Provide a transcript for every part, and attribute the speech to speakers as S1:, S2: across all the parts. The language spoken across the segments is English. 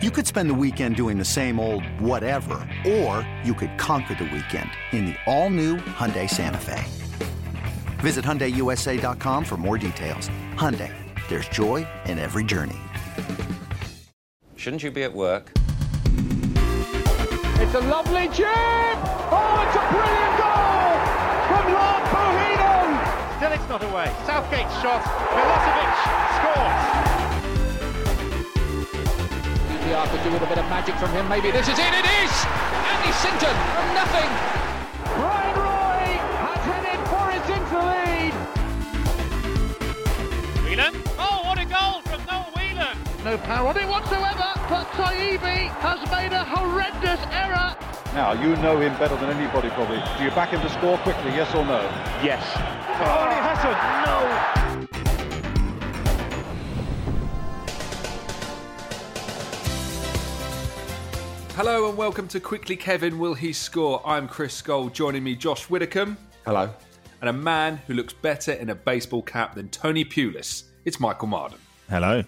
S1: You could spend the weekend doing the same old whatever, or you could conquer the weekend in the all-new Hyundai Santa Fe. Visit HyundaiUSA.com for more details. Hyundai, there's joy in every journey.
S2: Shouldn't you be at work?
S3: It's a lovely chip! Oh, it's a brilliant goal from Lord Bohinen!
S4: Still it's not away. Southgate's shot. Milosevic scores.
S3: DDR could do with a bit of magic from him, maybe. This is it, it is! Andy Sinton from nothing! Brian Roy has headed Forest into the lead!
S4: Whelan. Oh, what a goal from Noel Whelan.
S3: No power on it whatsoever, but Taibbi has made a horrendous error.
S5: Now, you know him better than anybody, probably. Do you back him to score quickly, yes or no?
S4: Yes.
S5: Only Hassan! No!
S6: Hello and welcome to Quickly Kevin Will He Score? I'm Chris Skull, joining me Josh Widdicombe. Hello. And a man who looks better in a baseball cap than Tony Pulis. It's Michael Marden.
S7: Hello.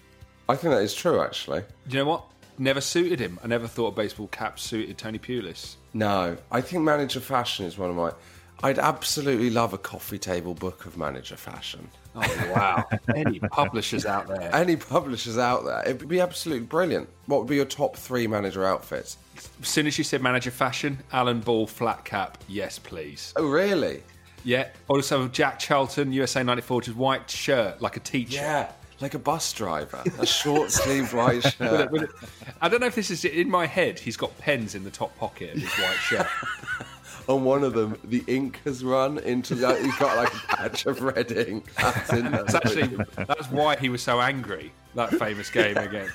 S8: I think that is true, actually.
S6: You know what? Never suited him. I never thought a baseball cap suited Tony Pulis.
S8: No, I think manager fashion is one of my. I'd absolutely love a coffee table book of manager fashion.
S6: Oh, wow. Any publishers out there?
S8: Any publishers out there, it would be absolutely brilliant. What would be your top three manager outfits?
S6: As soon as you said manager fashion, Alan Ball flat cap, yes, please.
S8: Oh, really?
S6: Yeah. Also, Jack Charlton, USA 94, just white shirt, like a teacher.
S8: Yeah, like a bus driver, a short sleeved white
S6: With it-
S8: shirt.
S6: with it- I don't know if this is in my head. He's got pens in the top pocket of his white shirt.
S8: On one of them, the ink has run into the. He's got like a patch of red ink. That's in there.
S6: That's actually that's why he was so angry. That famous game again.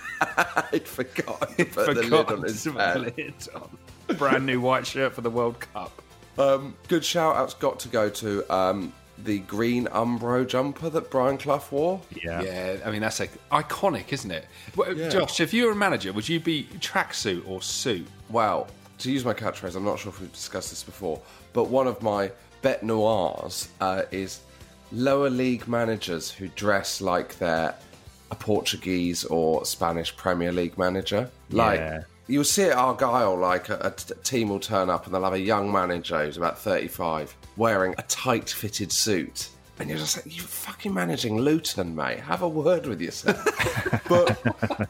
S8: I'd forgotten to put the lid
S6: Forgot
S8: on his
S6: to put the
S8: pen.
S6: lid on. Brand new white shirt for the World Cup.
S8: Um, good shout out's got to go to um, the green Umbro jumper that Brian Clough wore.
S7: Yeah.
S6: I mean that's like iconic, isn't it? Well, Josh, if you were a manager, would you be tracksuit or suit?
S8: Wow. To use my catchphrase, I'm not sure if we've discussed this before, but one of my bet noirs uh, is lower league managers who dress like they're a Portuguese or Spanish Premier League manager. Like,
S7: Yeah.
S8: you'll see at Argyle, like, a, a t- team will turn up and they'll have a young manager who's about 35 wearing a tight fitted suit. And you're just like, you're fucking managing Luton, mate. Have a word with yourself. but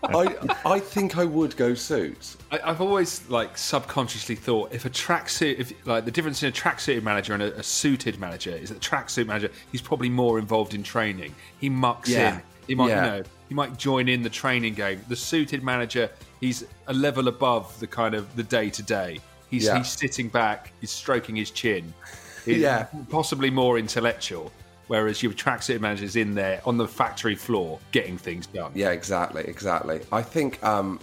S8: I, I think I would go suits.
S6: I, I've always like subconsciously thought if a tracksuit, if like the difference in a tracksuit manager and a, a suited manager is that the tracksuit manager he's probably more involved in training. He mucks
S8: Yeah.
S6: in. He might
S8: Yeah.
S6: you know he might join in the training game. The suited manager he's a level above the kind of the day to day. He's
S8: Yeah.
S6: he's sitting back. He's stroking his chin. He's
S8: Yeah.
S6: possibly more intellectual. Whereas your tracksuit manager's in there on the factory floor getting things done.
S8: Yeah, exactly, exactly. I think um,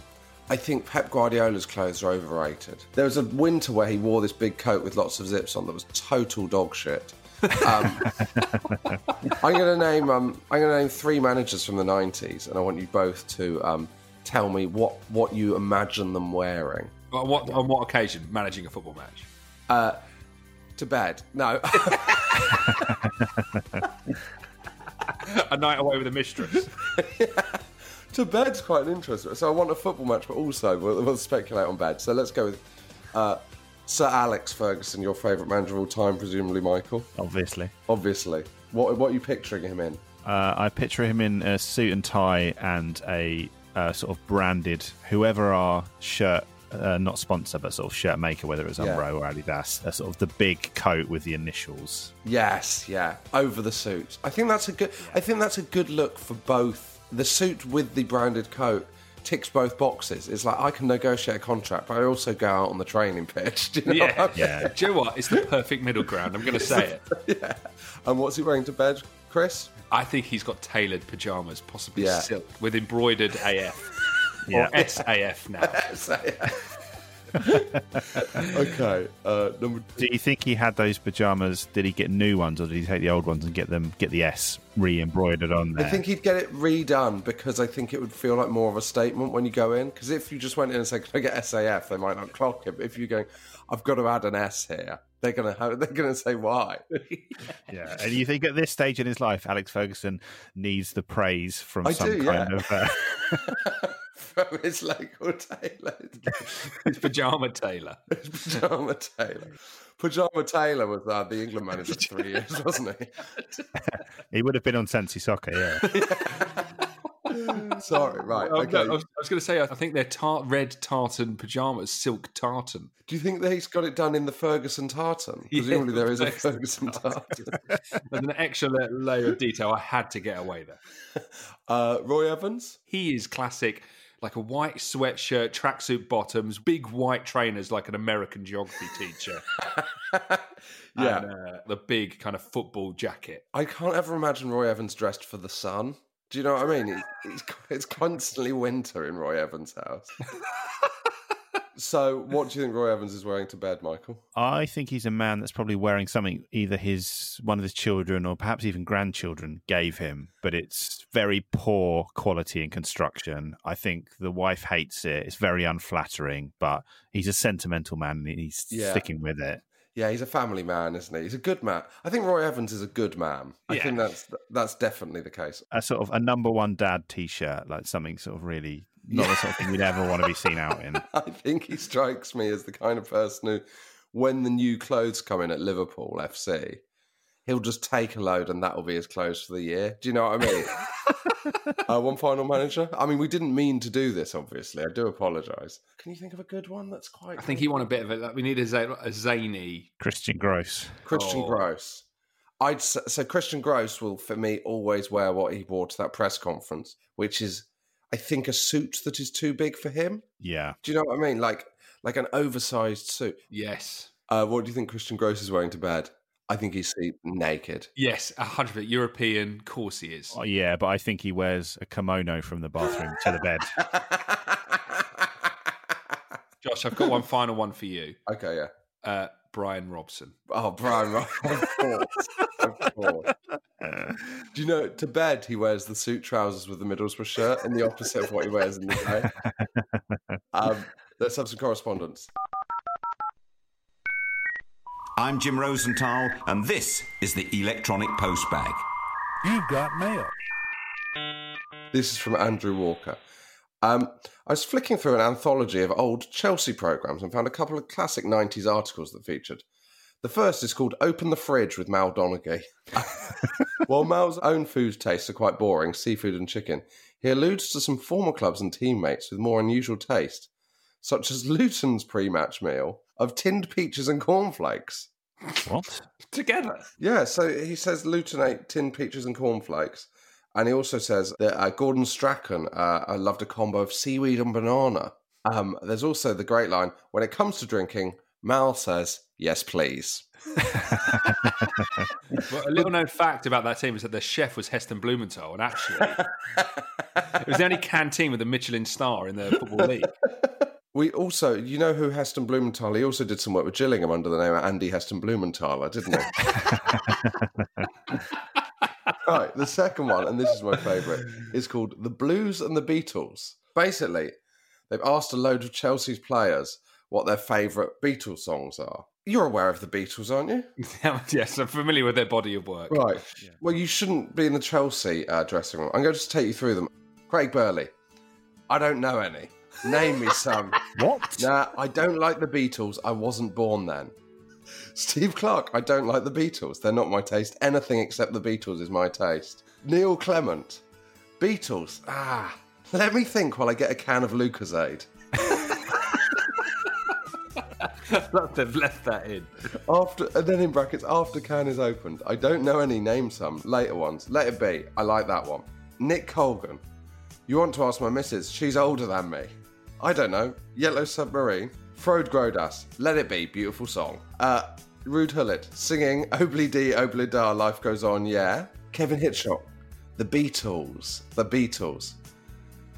S8: I think Pep Guardiola's clothes are overrated. There was a winter where he wore this big coat with lots of zips on that was total dog shit. Um, I'm gonna name um, I'm gonna name three managers from the '90s, and I want you both to um, tell me what what you imagine them wearing
S6: On what on what occasion managing a football match?
S8: to bed. No,
S6: A night away with a mistress.
S8: to bed's quite an interesting. So I want a football match, but also we'll, we'll speculate on bed. So let's go with uh, Sir Alex Ferguson, your favourite manager of all time, presumably, Michael.
S7: Obviously.
S8: obviously. What, what are you picturing him in?
S7: Uh, I picture him in a suit and tie and a uh, sort of branded, whoever our shirt, uh, not sponsor, but sort of shirt maker, whether it's
S8: Yeah.
S7: Umbro or Adidas, a sort of the big coat with the initials.
S8: Yes, yeah, over the suit. I think that's a good. I think that's a good look for both. The suit with the branded coat ticks both boxes. It's like I can negotiate a contract, but I also go out on the training pitch. Do you know what I
S6: Yeah.
S8: mean?
S7: Yeah.
S6: Do you know what? It's the perfect middle ground. I'm going to say it.
S8: yeah. And what's he wearing to bed, Chris?
S6: I think he's got tailored pajamas, possibly
S8: Yeah.
S6: silk, with embroidered AF.
S7: Yeah.
S6: or SAF now.
S8: okay, uh, number
S7: Do you think he had those pajamas? Did he get new ones, or did he take the old ones and get them get the S re-embroidered on
S8: I
S7: there?
S8: think he'd get it redone because I think it would feel like more of a statement when you go in. Because if you just went in and said, "Can I get SAF?" they might not clock it. But if you're going, "I've got to add an S here," they're gonna have, they're gonna say why.
S7: yeah. And you think at this stage in his life, Alex Ferguson needs the praise from
S8: I
S7: some
S8: do,
S7: kind
S8: yeah.
S7: of uh,
S8: From his local tailor,
S6: His pajama tailor.
S8: pajama tailor. Pajama Taylor was uh, the England manager for three years, wasn't he?
S7: he would have been on Sensi Soccer. Yeah,
S8: Sorry, right.
S6: Oh, no,
S8: Okay.
S6: I was, I was going to say, I think they're tar- red tartan pajamas, silk tartan.
S8: Do you think that he's got it done in the Ferguson tartan? Presumably there is a
S6: Ferguson
S8: Ferguson tartan.
S6: There's an extra la- layer of detail. I had to get away there.
S8: Uh, Roy Evans?
S6: He is classic, like a white sweatshirt, tracksuit bottoms, big white trainers, like an American geography teacher.
S8: Yeah.
S6: And, uh, the big kind of football jacket.
S8: I can't ever imagine Roy Evans dressed for the sun. Do you know what I mean? It- It's, it's constantly winter in Roy Evans' house. so, what do you think Roy Evans is wearing to bed, Michael?
S7: I think he's a man that's probably wearing something either his one of his children or perhaps even grandchildren gave him, but it's very poor quality and construction. I think the wife hates it. It's very unflattering, but he's a sentimental man and he's
S8: Yeah.
S7: sticking with it.
S8: Yeah, he's a family man, isn't he? He's a good man. I think Roy Evans is a good man. I
S6: Yeah.
S8: think that's that's definitely the case.
S7: a sort of a number one dad t-shirt, like something sort of really not the sort of thing you'd ever want to be seen out in.
S8: I think he strikes me as the kind of person who, when the new clothes come in at Liverpool FC, he'll just take a load and that will be his clothes for the year. Do you know what I mean? uh, one final manager. I mean, we didn't mean to do this, obviously. I do apologise. Can you think of a good one that's quite.
S6: I think he won a bit of it. Like, we need a, za- a zany.
S7: Christian Gross.
S8: Christian
S6: Oh.
S8: Gross. I'd s- so Christian Gross will for me always wear what he wore to that press conference, which is, I think, a suit that is too big for him.
S7: Yeah.
S8: Do you know what I mean? Like like an oversized suit.
S6: Yes.
S8: Uh, what do you think Christian Gross is wearing to bed? I think he's sleep naked.
S6: Yes, 100% European. Of course he is.
S7: Oh, yeah, but I think he wears a kimono from the bathroom to the bed.
S6: Josh, I've got one final one for you.
S8: okay, yeah.
S6: Uh, Brian Robson.
S8: Oh, Brian, Ro- of course. Of course. Do you know, to bed, he wears the suit trousers with the Middlesbrough shirt and the opposite of what he wears in the day. Um, let's have some correspondence.
S1: I'm Jim Rosenthal, and this is the Electronic Postbag.
S9: You've got mail.
S8: This is from Andrew Walker. Um, I was flicking through an anthology of old Chelsea programmes and found a couple of classic 90s articles that featured. The first is called Open the Fridge with Mal Donaghy. While Mal's own food tastes are quite boring seafood and chicken, he alludes to some former clubs and teammates with more unusual taste, such as Luton's pre match meal of tinned peaches and cornflakes.
S7: what?
S6: Together.
S8: Yeah, so he says Luton ate tin peaches and cornflakes. And he also says that uh, Gordon Strachan uh, uh, loved a combo of seaweed and banana. Um, there's also the great line when it comes to drinking, Mal says, yes, please.
S6: But a little known fact about that team is that their chef was Heston Blumenthal, and actually, it was the only canteen with a Michelin star in the Football League.
S8: We also, you know who Heston Blumenthal, he also did some work with Gillingham under the name of Andy Heston Blumenthaler, didn't he? right, the second one, and this is my favourite, is called The Blues and the Beatles. Basically, they've asked a load of Chelsea's players what their favourite Beatles songs are. You're aware of the Beatles, aren't you?
S6: yes, I'm familiar with their body of work.
S8: Right. Well, you shouldn't be in the Chelsea uh, dressing room. I'm going to just take you through them. Craig Burley. I don't know any. Name me some.
S7: What?
S8: Nah, I don't like the Beatles. I wasn't born then. Steve Clark, I don't like the Beatles. They're not my taste. Anything except the Beatles is my taste. Neil Clement, Beatles. Ah, let me think while I get a can of Lucasade.
S6: They've left that in.
S8: After and then in brackets after can is opened. I don't know any. Name some later ones. Let it be. I like that one. Nick Colgan, you want to ask my missus? She's older than me. I don't know. Yellow submarine. Frode Grodas. Let it be. Beautiful song. Uh, Rude Hullet singing Obly D Obly Da. Life goes on. Yeah. Kevin Hitchcock. The Beatles. The Beatles.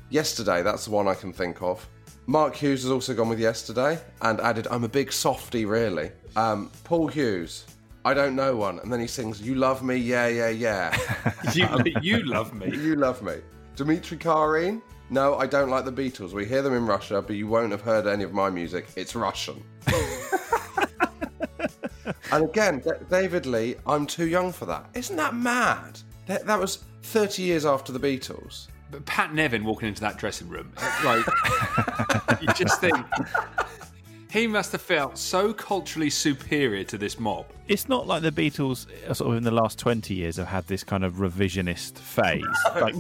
S8: Yesterday, that's the one I can think of. Mark Hughes has also gone with yesterday and added, I'm a big softy, really. Um, Paul Hughes, I don't know one. And then he sings, You love me, yeah, yeah, yeah.
S6: you, you love me.
S8: you love me. Dimitri Karin, no, I don't like the Beatles. We hear them in Russia, but you won't have heard any of my music. It's Russian. and again, D- David Lee, I'm too young for that. Isn't that mad? That, that was 30 years after the Beatles.
S6: But Pat Nevin walking into that dressing room, like you just think he must have felt so culturally superior to this mob.
S7: It's not like the Beatles, uh, sort of in the last twenty years, have had this kind of revisionist phase. like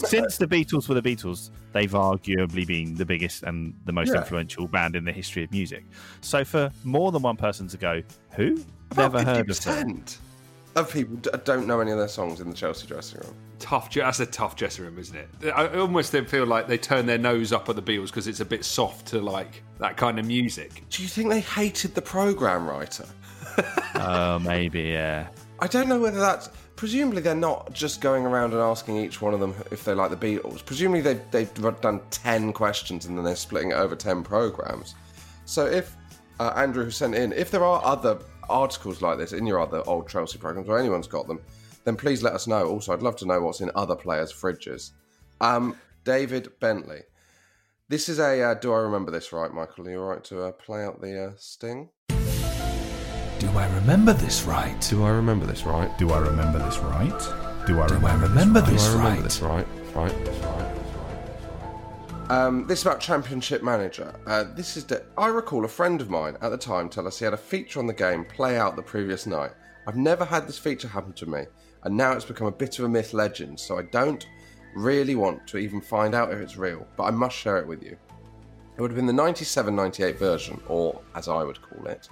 S7: since the Beatles were the Beatles, they've arguably been the biggest and the most
S8: Yeah.
S7: influential band in the history of music. So for more than one person to go, who never
S8: About
S7: heard of them?
S8: 50% of people d- don't know any of their songs in the Chelsea dressing room.
S6: Tough, dre- that's a tough dressing room, isn't it? I almost don't feel like they turn their nose up at the Beatles because it's a bit soft to like that kind of music.
S8: Do you think they hated the program writer?
S7: Oh, maybe yeah.
S8: I don't know whether that's. Presumably, they're not just going around and asking each one of them if they like the Beatles. Presumably, they've, they've done 10 questions and then they're splitting it over 10 programs. So, if uh, Andrew who sent in, if there are other articles like this in your other old Chelsea programs or anyone's got them, then please let us know. Also, I'd love to know what's in other players' fridges. Um, David Bentley. This is a. Uh, do I remember this right, Michael? Are you all right to uh, play out the uh, sting?
S10: Do I remember this right?
S8: Do I remember this right?
S11: Do I remember this right? Do I
S10: Do I
S11: remember,
S10: remember this
S8: Do I remember
S10: right?
S8: this right? Right, this right, this right. Um, this is about Championship Manager. Uh, this is. De- I recall a friend of mine at the time tell us he had a feature on the game play out the previous night. I've never had this feature happen to me, and now it's become a bit of a myth legend. So I don't really want to even find out if it's real, but I must share it with you. It would have been the 97 98 version, or as I would call it,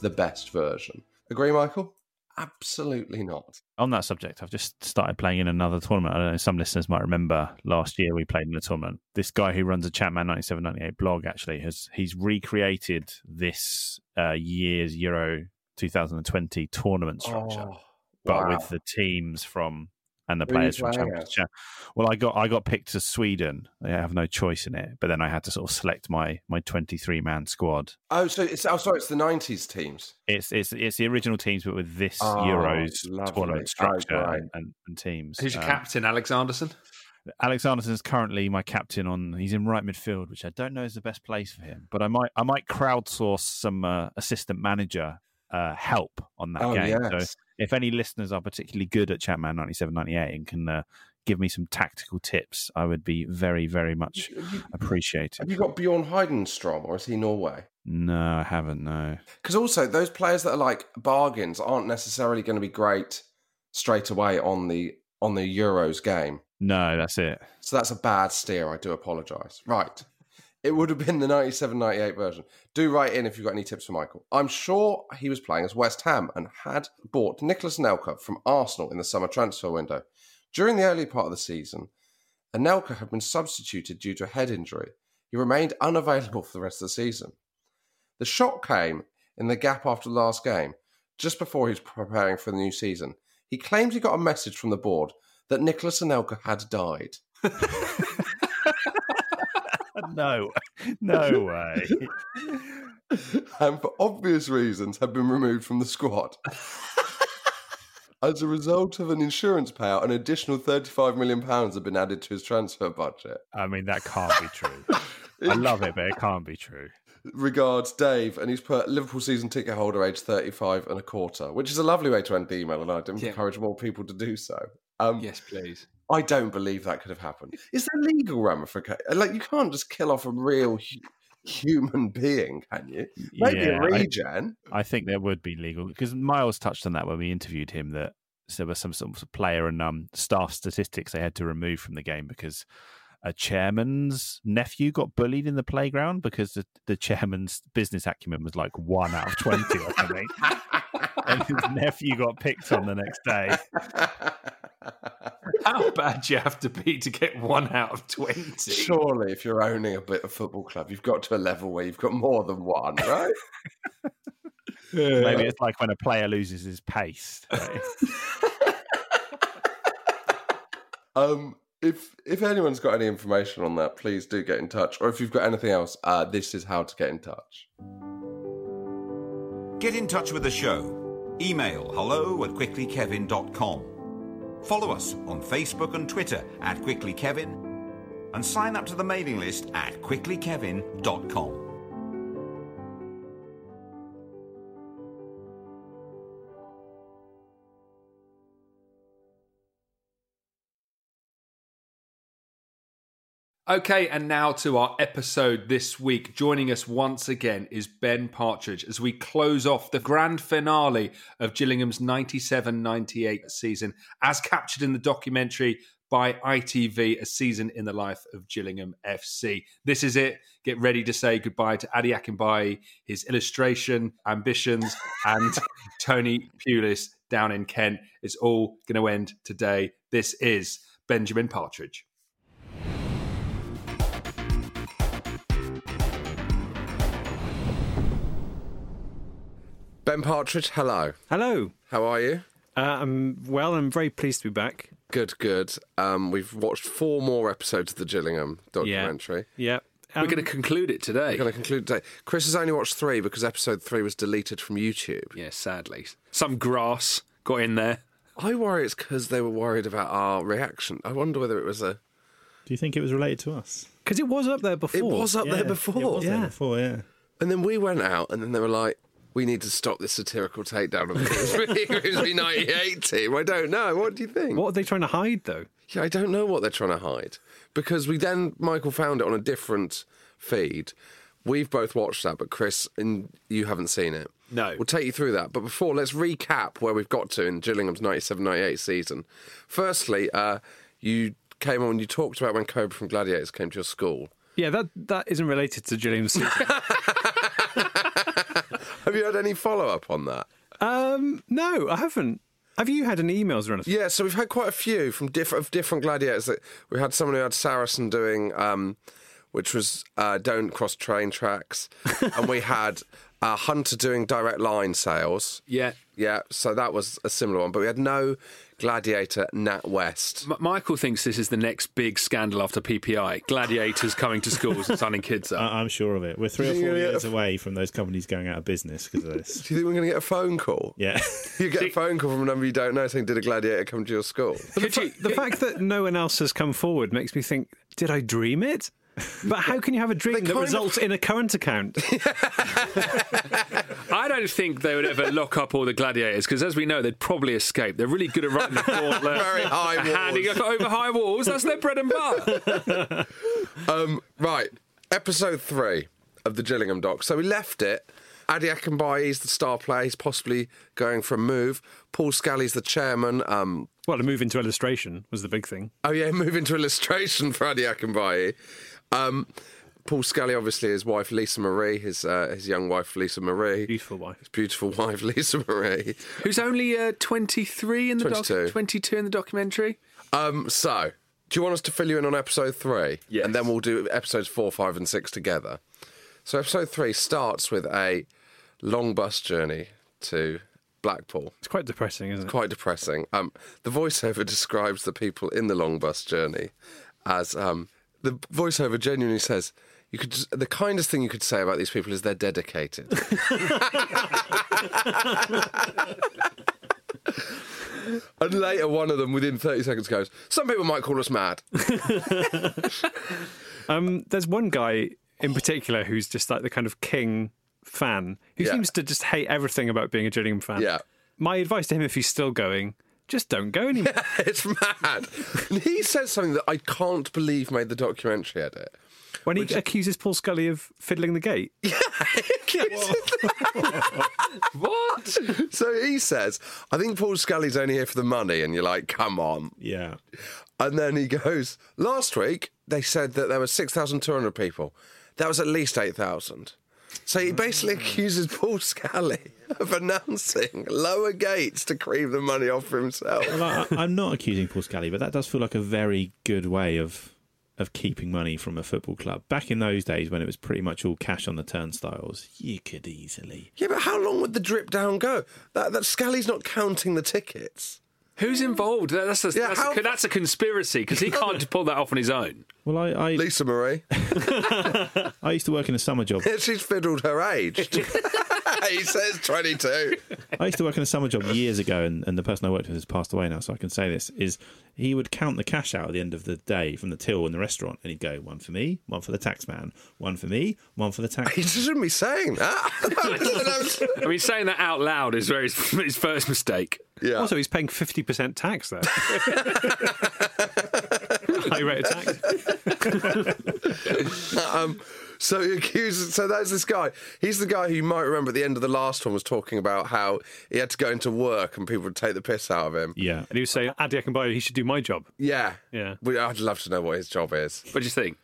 S8: the best version. Agree, Michael? Absolutely not.
S7: On that subject, I've just started playing in another tournament. I don't know some listeners might remember last year we played in a tournament. This guy who runs a Chatman 9798 blog actually has he's recreated this uh, year's Euro 2020 tournament structure,
S8: Oh,
S7: but
S8: wow.
S7: with the teams from and the
S8: Who are you
S7: players from
S8: playing
S7: Champions
S8: as?
S7: Cha- Well, I got I got picked to Sweden. I have no choice in it, but then I had to sort of select my my 23 man squad.
S8: Oh, so it's oh, sorry, it's the nineties teams.
S7: It's it's it's the original teams, but with this
S8: Oh,
S7: Euros
S8: lovely. Oh,
S7: tournament structure
S8: great.
S7: and, and, and teams.
S6: Who's your
S7: Um,
S6: captain, Alex Anderson?
S7: Alex Anderson's currently my captain on. He's in right midfield, which I don't know is the best place for him. But I might I might crowdsource some uh, assistant manager uh, help on that
S8: oh
S7: game. So
S8: yes.
S7: if any listeners are particularly good at Chatman ninety seven ninety eight and can uh, give me some tactical tips, I would be very very much
S8: Have you-
S7: appreciated.
S8: Have you got Bjorn Heidenstrom, or is he Norway?
S7: No, I haven't. No,
S8: Because also those players that are like bargains aren't necessarily going to be great straight away on the on the Euros game.
S7: no, that's it.
S8: So that's a bad steer. I do apologise. Right. It would have been the 97 98 version. Do write in if you've got any tips for Michael. I'm sure he was playing as West Ham and had bought Nicholas Nelka from Arsenal in the summer transfer window. During the early part of the season, Anelka had been substituted due to a head injury. He remained unavailable for the rest of the season. The shock came in the gap after the last game, just before he was preparing for the new season. He claimed he got a message from the board that Nicholas Anelka had died.
S7: No, no way.
S8: and for obvious reasons have been removed from the squad. As a result of an insurance payout, an additional £35 million had been added to his transfer budget.
S7: I mean, that can't be true. I love it, but it can't be true.
S8: Regards, Dave, and he's put Liverpool season ticket holder age 35 and a quarter, which is a lovely way to end the email, and I'd encourage more people to do so. Um,
S6: Yes, please.
S8: I don't believe that could have happened. Is there legal ramification? Like, you can't just kill off a real hu- human being, can you? Maybe
S7: Yeah,
S8: a
S7: I-
S8: regen.
S7: I think there would be legal because Miles touched on that when we interviewed him that there was some sort of player and um, staff statistics they had to remove from the game because a chairman's nephew got bullied in the playground because the, the chairman's business acumen was like one out of 20 or something. And his nephew got picked on the next day.
S6: How bad do you have to be to get one out of twenty?
S8: Surely, if you're owning a bit of football club, you've got to a level where you've got more than one, right?
S7: Maybe it's like when a player loses his pace.
S8: um, if if anyone's got any information on that, please do get in touch. Or if you've got anything else, uh, this is how to get in touch.
S1: Get in touch with the show. Email hello at quicklykevin.com. Follow us on Facebook and Twitter at quicklykevin and sign up to the mailing list at quicklykevin.com.
S12: Okay, and now to our episode this week. Joining us once again is Ben Partridge as we close off the grand finale of Gillingham's 97 98 season, as captured in the documentary by ITV, A Season in the Life of Gillingham FC. This is it. Get ready to say goodbye to Adi Akinbaye, his illustration, ambitions, and Tony Pulis down in Kent. It's all going to end today. This is Benjamin Partridge.
S8: Ben Partridge, hello.
S4: Hello.
S8: How are you?
S4: Uh, I'm well. I'm very pleased to be back.
S8: Good, good. Um, we've watched four more episodes of the Gillingham documentary.
S4: Yeah. Um,
S8: We're gonna
S6: conclude it today.
S8: We're going to conclude today. Chris has only watched three because episode three was deleted from YouTube.
S6: Yeah, sadly. Some grass got in there.
S8: I worry it's because they were worried about our reaction. I wonder whether it was a.
S7: Do you think it was related to us?
S4: Because it was up there before.
S8: It was up
S7: Yeah,
S8: there before.
S7: It was there before, yeah.
S8: And then we went out, and then they were like, "We need to stop this satirical takedown of the Grimsby- Grimsby '98 team." I don't know. What do you think?
S4: What are they trying to hide, though?
S8: Yeah, I don't know what they're trying to hide because we then Michael found it on a different feed. We've both watched that, but Chris and you haven't seen it.
S6: No.
S8: We'll take you through that. But before, let's recap where we've got to in Gillingham's 97 98 season. Firstly, uh, you came on, you talked about when Cobra from Gladiators came to your school.
S4: Yeah, that that isn't related to Gilliam's season.
S8: Have you had any follow up on that?
S4: um, no, I haven't. Have you had any emails or anything?
S8: Yeah, so we've had quite a few from different of different gladiators. That we had someone who had Saracen doing, um, which was uh, don't cross train tracks, and we had uh, Hunter doing direct line sales.
S6: Yeah.
S8: yeah. So that was a similar one, but we had no gladiator Nat West.
S6: M- Michael thinks this is the next big scandal after PPI. Gladiators coming to schools and signing kids
S4: Uh,
S6: up.
S7: I- I'm sure of it. We're three or
S8: You're
S7: four
S8: gonna get
S7: years
S8: a-
S7: away from those companies going out of business because of this.
S8: Do you think we're going to get a phone call?
S7: Yeah.
S8: You get a phone call from a number you don't know saying, "Did a gladiator come to your school?"
S4: The, fa- the fact that no one else has come forward makes me think: Did I dream it? But how can you have a dream that
S6: kind of-
S4: results in a current account?
S6: I don't think they would ever lock up all the gladiators because, as we know, they'd probably escape. They're really good at running the gauntlet,
S8: Very high
S6: and
S8: walls.
S6: handing up over high walls. That's their bread and butter.
S8: Um, right, episode three of the Gillingham doc. So we left it. Adi Akinbaye is the star player. He's possibly going for a move. Paul Scally's the chairman. Um,
S4: well, a move into illustration was the big thing.
S8: oh yeah, move into illustration for Adi Akinbaye. Um, Paul Scally, obviously, his wife Lisa Marie, his uh, his young wife Lisa Marie,
S4: beautiful wife,
S8: his beautiful wife Lisa Marie.
S6: Who's only uh, 23 in the doc-
S8: 22.
S6: 22 in the documentary?
S8: Um, so do you want us to fill you in on episode three? Yes. And then we'll do episodes four, five, and six together. So episode three starts with a long bus journey to Blackpool.
S4: It's quite depressing, isn't it?
S8: Quite depressing. Um, the voiceover describes the people in the long bus journey as um, the voiceover genuinely says. You could the kindest thing you could say about these people is they're dedicated. and later, one of them within thirty seconds goes, "Some people might call us mad."
S4: Um, there's one guy in particular who's just like the kind of king fan who
S8: Yeah.
S4: seems to just hate everything about being a Gillingham fan.
S8: Yeah.
S4: My advice to him, if he's still going, just don't go anymore.
S8: it's mad. And he says something that I can't believe made the documentary edit.
S4: when he accuses Paul Scully of fiddling the gate.
S6: what?
S8: So he says, I think Paul Scully's only here for the money. And you're like, come on.
S7: Yeah.
S8: And then he goes, last week they said that there were 6,200 people. That was at least 8,000. So he basically accuses Paul Scully of announcing lower gates to cream the money off for himself.
S7: Well, I, I'm not accusing Paul Scally, but that does feel like a very good way of of keeping money from a football club. Back in those days when it was pretty much all cash on the turnstiles, you could easily.
S8: Yeah, but how long would the drip down go? That, that Scally's not counting the tickets.
S6: Who's involved? That- That's a, that's, a, that's a conspiracy because he can't pull that off on his own.
S7: Well, I, I
S8: Lisa Marie.
S7: I used to work in a summer job.
S8: She's fiddled her age. he says 22.
S7: I used to work in a summer job years ago, and, and the person I worked with has passed away now, so I can say this: is he would count the cash out at the end of the day from the till in the restaurant, and he'd go one for me, one for the taxman, one for me, one for the
S8: He
S7: tax.
S8: shouldn't be saying that.
S6: I mean, saying that out loud is very his first mistake.
S8: Yeah.
S4: Also, he's paying 50% tax there. High rate of tax.
S8: um, so he accuses. So that's this guy. He's the guy who you might remember at the end of the last one was talking about how he had to go into work and people would take the piss out of him.
S7: Yeah.
S4: And he was saying, Adi Akinbayo, he should do my job.
S8: Yeah.
S4: Yeah.
S8: We, I'd love to know what his job is.
S6: What do you think?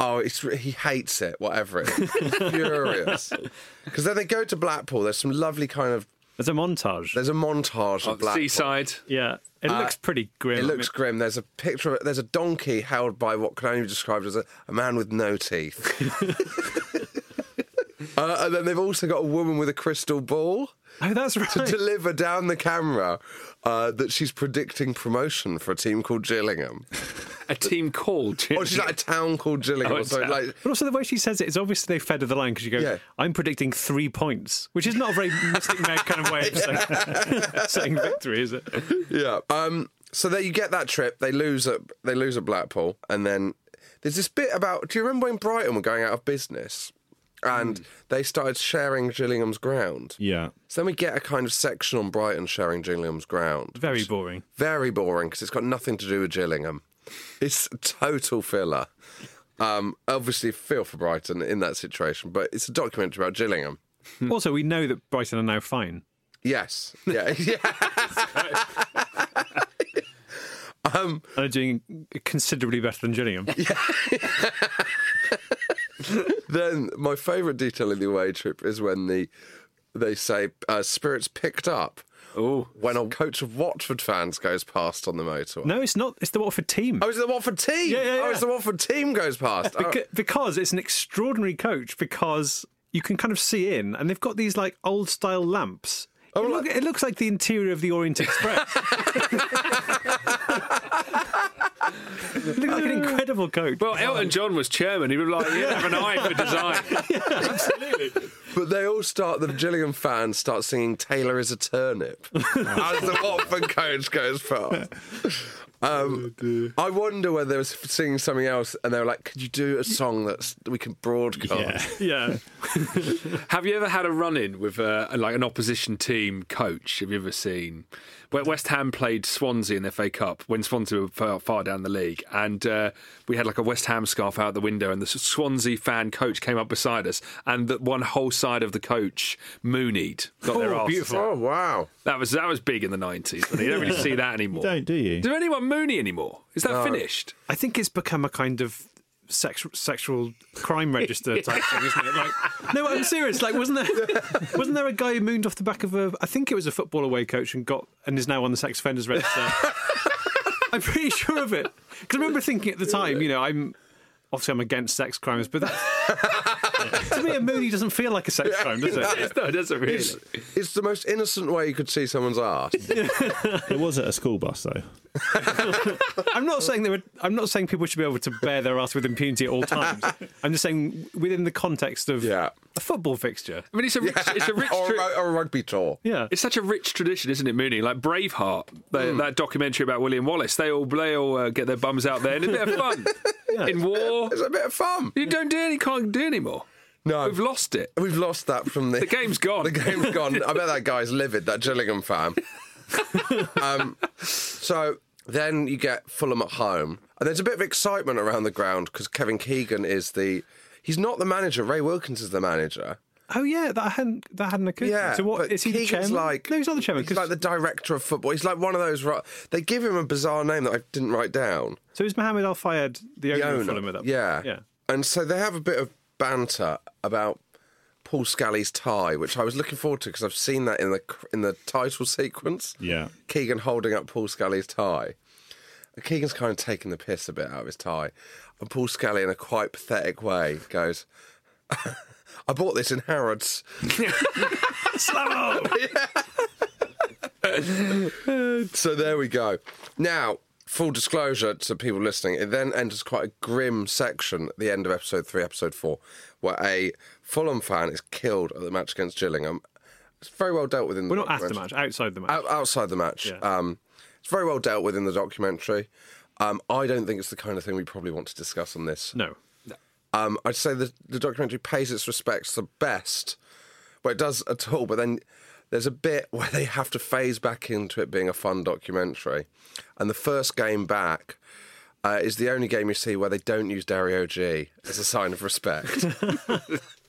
S8: Oh, it's, he hates it, whatever it is. Furious. Because then they go to Blackpool. There's some lovely kind of.
S4: There's a montage.
S8: There's a montage
S6: Oh,
S8: of Blackpool.
S6: seaside.
S4: Yeah. It
S8: Uh,
S4: looks pretty grim.
S8: It looks grim. There's a picture. Of, there's a donkey held by what can only be described as a, a man with no teeth. uh, and then they've also got a woman with a crystal ball
S4: Oh, that's right.
S8: to deliver down the camera uh, that she's predicting promotion for a team called Gillingham.
S6: A team called.
S8: or she's like a town called Gillingham.
S6: Oh,
S8: or something.
S6: a town.
S8: Like,
S4: But also the way she says it is obviously they fed her the line because you go,
S8: Yeah.
S4: "I'm predicting three points," which is not a very Mystic Meg kind of way of saying, saying victory, is it?
S8: yeah. Um, so there you get that trip. They lose at they lose at Blackpool, and then there's this bit about. Do you remember when Brighton were going out of business, and they started sharing Gillingham's ground?
S7: Yeah.
S8: So then we get a kind of section on Brighton sharing Gillingham's ground.
S4: Very boring.
S8: Very boring because it's got nothing to do with Gillingham. It's total filler. Um, obviously, feel for Brighton in that situation, but it's a documentary about Gillingham.
S4: also, we know that Brighton are now fine.
S8: Yes. Yeah. um,
S4: And are doing considerably better than Gillingham.
S8: then my favourite detail in the away trip is when the they say uh, spirits picked up
S6: Oh,
S8: when a coach of Watford fans goes past on the motorway.
S4: No, it's not. It's the Watford team.
S8: Oh, is it the Watford team?
S4: Yeah, yeah,
S8: Oh,
S4: yeah.
S8: it's the Watford team goes past. Oh.
S4: Beca- because it's an extraordinary coach because you can kind of see in and they've got these like old style lamps. it, look, it looks like the interior of the Orient Express. Look at an incredible coach.
S6: Well, Elton John was chairman. He was like, yeah, have an eye for design.
S8: But they all start, the Gillingham fans start singing Taylor is a turnip as the Watford coach goes past. Um, I wonder whether they were singing something else and they were like, could you do a song that we can broadcast?
S4: yeah.
S6: Have you ever had a run-in with uh, like an opposition team coach? Have you ever seen where West Ham played Swansea in the FA Cup when Swansea were far, far down the league, and uh, we had like a West Ham scarf out the window, and the Swansea fan coach came up beside us, and the one whole side of the coach moonied, got their arses out.
S8: Oh, wow.
S6: That was that was big in the nineties. You don't really see that anymore.
S7: Don't do you?
S6: Do anyone mooney anymore? Is that finished?
S4: I think it's become a kind of sex, sexual crime register type thing, isn't it? Like, no, I'm serious. Like, wasn't there wasn't there a guy who mooned off the back of a? I think it was a football away coach and got and is now on the sex offenders register. I'm pretty sure of it because I remember thinking at the time, you know, I'm obviously I'm against sex crimes, but that, to me, a mooney doesn't feel like a sex crime, does it?
S6: No, it doesn't really.
S8: It's, it's the most innocent way you could see someone's arse.
S7: It was at a school bus though.
S4: I'm not saying there were, I'm not saying people should be able to bear their ass with impunity at all times. I'm just saying within the context of
S8: Yeah.
S4: a football fixture.
S6: I mean, it's a rich, it's a rich.
S8: or, a,
S6: tri-
S8: ru- or a rugby tour.
S4: Yeah.
S6: It's such a rich tradition, isn't it, Mooney? Like Braveheart, they,
S8: Mm.
S6: that documentary about William Wallace. They all they all uh, get their bums out there and it's a bit of fun in war.
S8: It's a bit of fun.
S6: You don't do any can't do anymore.
S8: No.
S6: We've lost it.
S8: We've lost that from the.
S6: The game's gone.
S8: The game's gone. I bet that guy's livid, that Gillingham fan. um, so then you get Fulham at home, and there's a bit of excitement around the ground because Kevin Keegan is the. He's not the manager. Ray Wilkins is the manager.
S4: Oh yeah, that hadn't that hadn't occurred. to me.
S8: Yeah.
S4: So what
S8: but
S4: is he the
S8: Keegan's
S4: chairman?
S8: Like,
S4: no, he's not the chairman.
S8: He's
S4: 'cause-
S8: like the director of football. He's like one of those. ri- They give him a bizarre name that I didn't write down.
S4: so is Mohamed Al Fayed the owner of
S8: Yona.
S4: Fulham at that?
S8: Yeah.
S4: point? yeah.
S8: And so they have a bit of banter about Paul Scally's tie, which I was looking forward to because I've seen that in the in the title sequence.
S7: Yeah.
S8: Keegan holding up Paul Scally's tie. Keegan's kind of taking the piss a bit out of his tie, and Paul Scally, in a quite pathetic way, goes. I bought this in Harrods.
S4: Slavo.
S8: so there we go. Now, full disclosure to people listening, it then enters quite a grim section at the end of episode three, episode four, where a Fulham fan is killed at the match against Gillingham. It's very well dealt with in the
S4: We're not after the
S8: documentary.
S4: match, outside the match.
S8: Out- outside the match.
S4: Yeah.
S8: Um, it's very well dealt with in the documentary. Um, I don't think it's the kind of thing we probably want to discuss on this.
S4: No.
S8: Um, I'd say the, the documentary pays its respects the best, well, it does at all, but then there's a bit where they have to phase back into it being a fun documentary. And the first game back uh, is the only game you see where they don't use Dario G as a sign of respect.
S4: There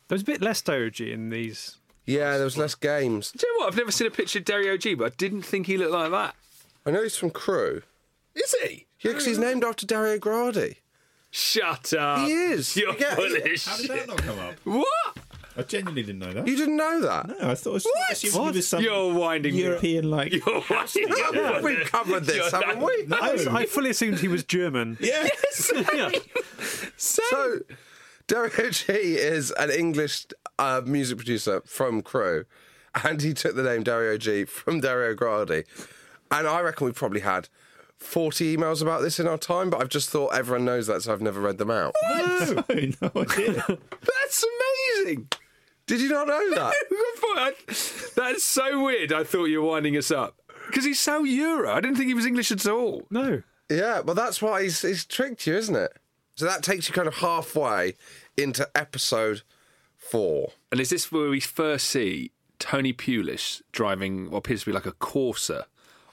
S4: was a bit less doji in these.
S8: yeah, there was less games.
S6: Do you know what? I've never seen a picture of Dario G, but I didn't think he looked like that.
S8: I know he's from Crew.
S6: Is he?
S8: Yeah, because he's named after Dario Gradi.
S6: Shut up.
S8: He is.
S6: You're
S8: Yeah,
S6: full of
S8: How did
S6: shit.
S8: that not come up?
S6: What?
S7: I genuinely didn't know that.
S8: You didn't know that?
S7: No, I thought it was,
S8: What?
S7: assuming it was some
S6: You're winding me up.
S7: European like.
S6: You're winding me up.
S8: Yeah, We've covered this,
S6: You're
S8: haven't
S6: not-
S8: we?
S7: No.
S4: I, was- I fully assumed he was German.
S7: Yeah.
S4: yeah.
S8: So, Dario G is an English uh, music producer from Crew, and he took the name Dario G from Dario Gradi. And I reckon we probably had 40 emails about this in our time, but I've just thought everyone knows that, so I've never read them out.
S7: No, no idea.
S6: That's amazing.
S8: Did you not know that?
S6: I thought I- That's so weird. I thought you were winding us up. Because he's so Euro. I didn't think he was English at all.
S4: No.
S8: yeah, well, that's why he's, he's tricked you, isn't it? So that takes you kind of halfway into episode four.
S6: And is this where we first see Tony Pulis driving what appears to be like a Corsa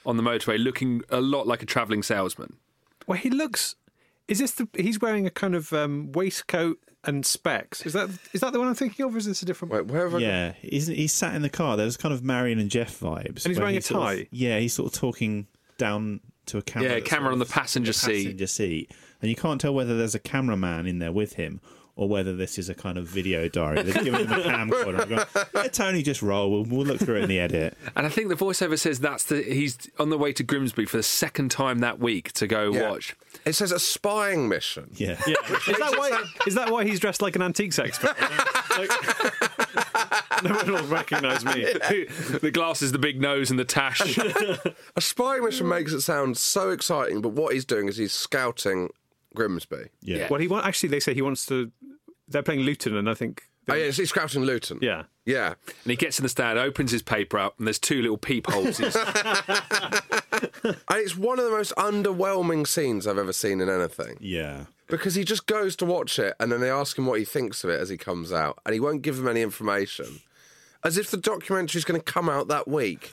S6: on the motorway, looking a lot like a travelling salesman?
S4: Well, he looks. Is this the? He's wearing a kind of um, waistcoat and specs. Is that is that the one I'm thinking of, or is this a different?
S8: Wait, where have I got-
S7: Yeah, he's, he's sat in the car. There's kind of Marion and Jeff vibes.
S4: And he's
S7: where
S4: wearing
S7: he
S4: a
S7: sort of-
S4: tie.
S7: yeah, he's sort of talking down to a camera.
S6: Yeah,
S7: that's
S6: camera
S7: sort
S6: on the
S7: of
S6: passenger seat.
S7: passenger seat, and you can't tell whether there's a cameraman in there with him or whether this is a kind of video diary. They've given him a camcorder. and gone, Let Tony just roll. We'll, we'll look through it in the edit.
S6: And I think the voiceover says that's the he's on the way to Grimsby for the second time that week to go
S8: Yeah.
S6: watch.
S8: It says a spying mission.
S7: Yeah,
S4: Yeah. Is that why? Is that why he's dressed like an antiques expert? Like, no one will recognise me.
S6: the glasses, the big nose, and the tash.
S8: A spying mission makes it sound so exciting, but what he's doing is he's scouting Grimsby.
S7: yeah.
S6: Yeah.
S4: Well, he want, actually they say he wants to. They're playing Luton, and I think.
S8: Oh, yeah, he's scouting Luton.
S4: Yeah.
S8: Yeah.
S6: And he gets in the stand, opens his paper up, and there's two little peepholes. He's-
S8: And it's one of the most underwhelming scenes I've ever seen in anything
S7: Yeah.
S8: because he just goes to watch it and then they ask him what he thinks of it as he comes out and he won't give them any information. As if the documentary's going to come out that week.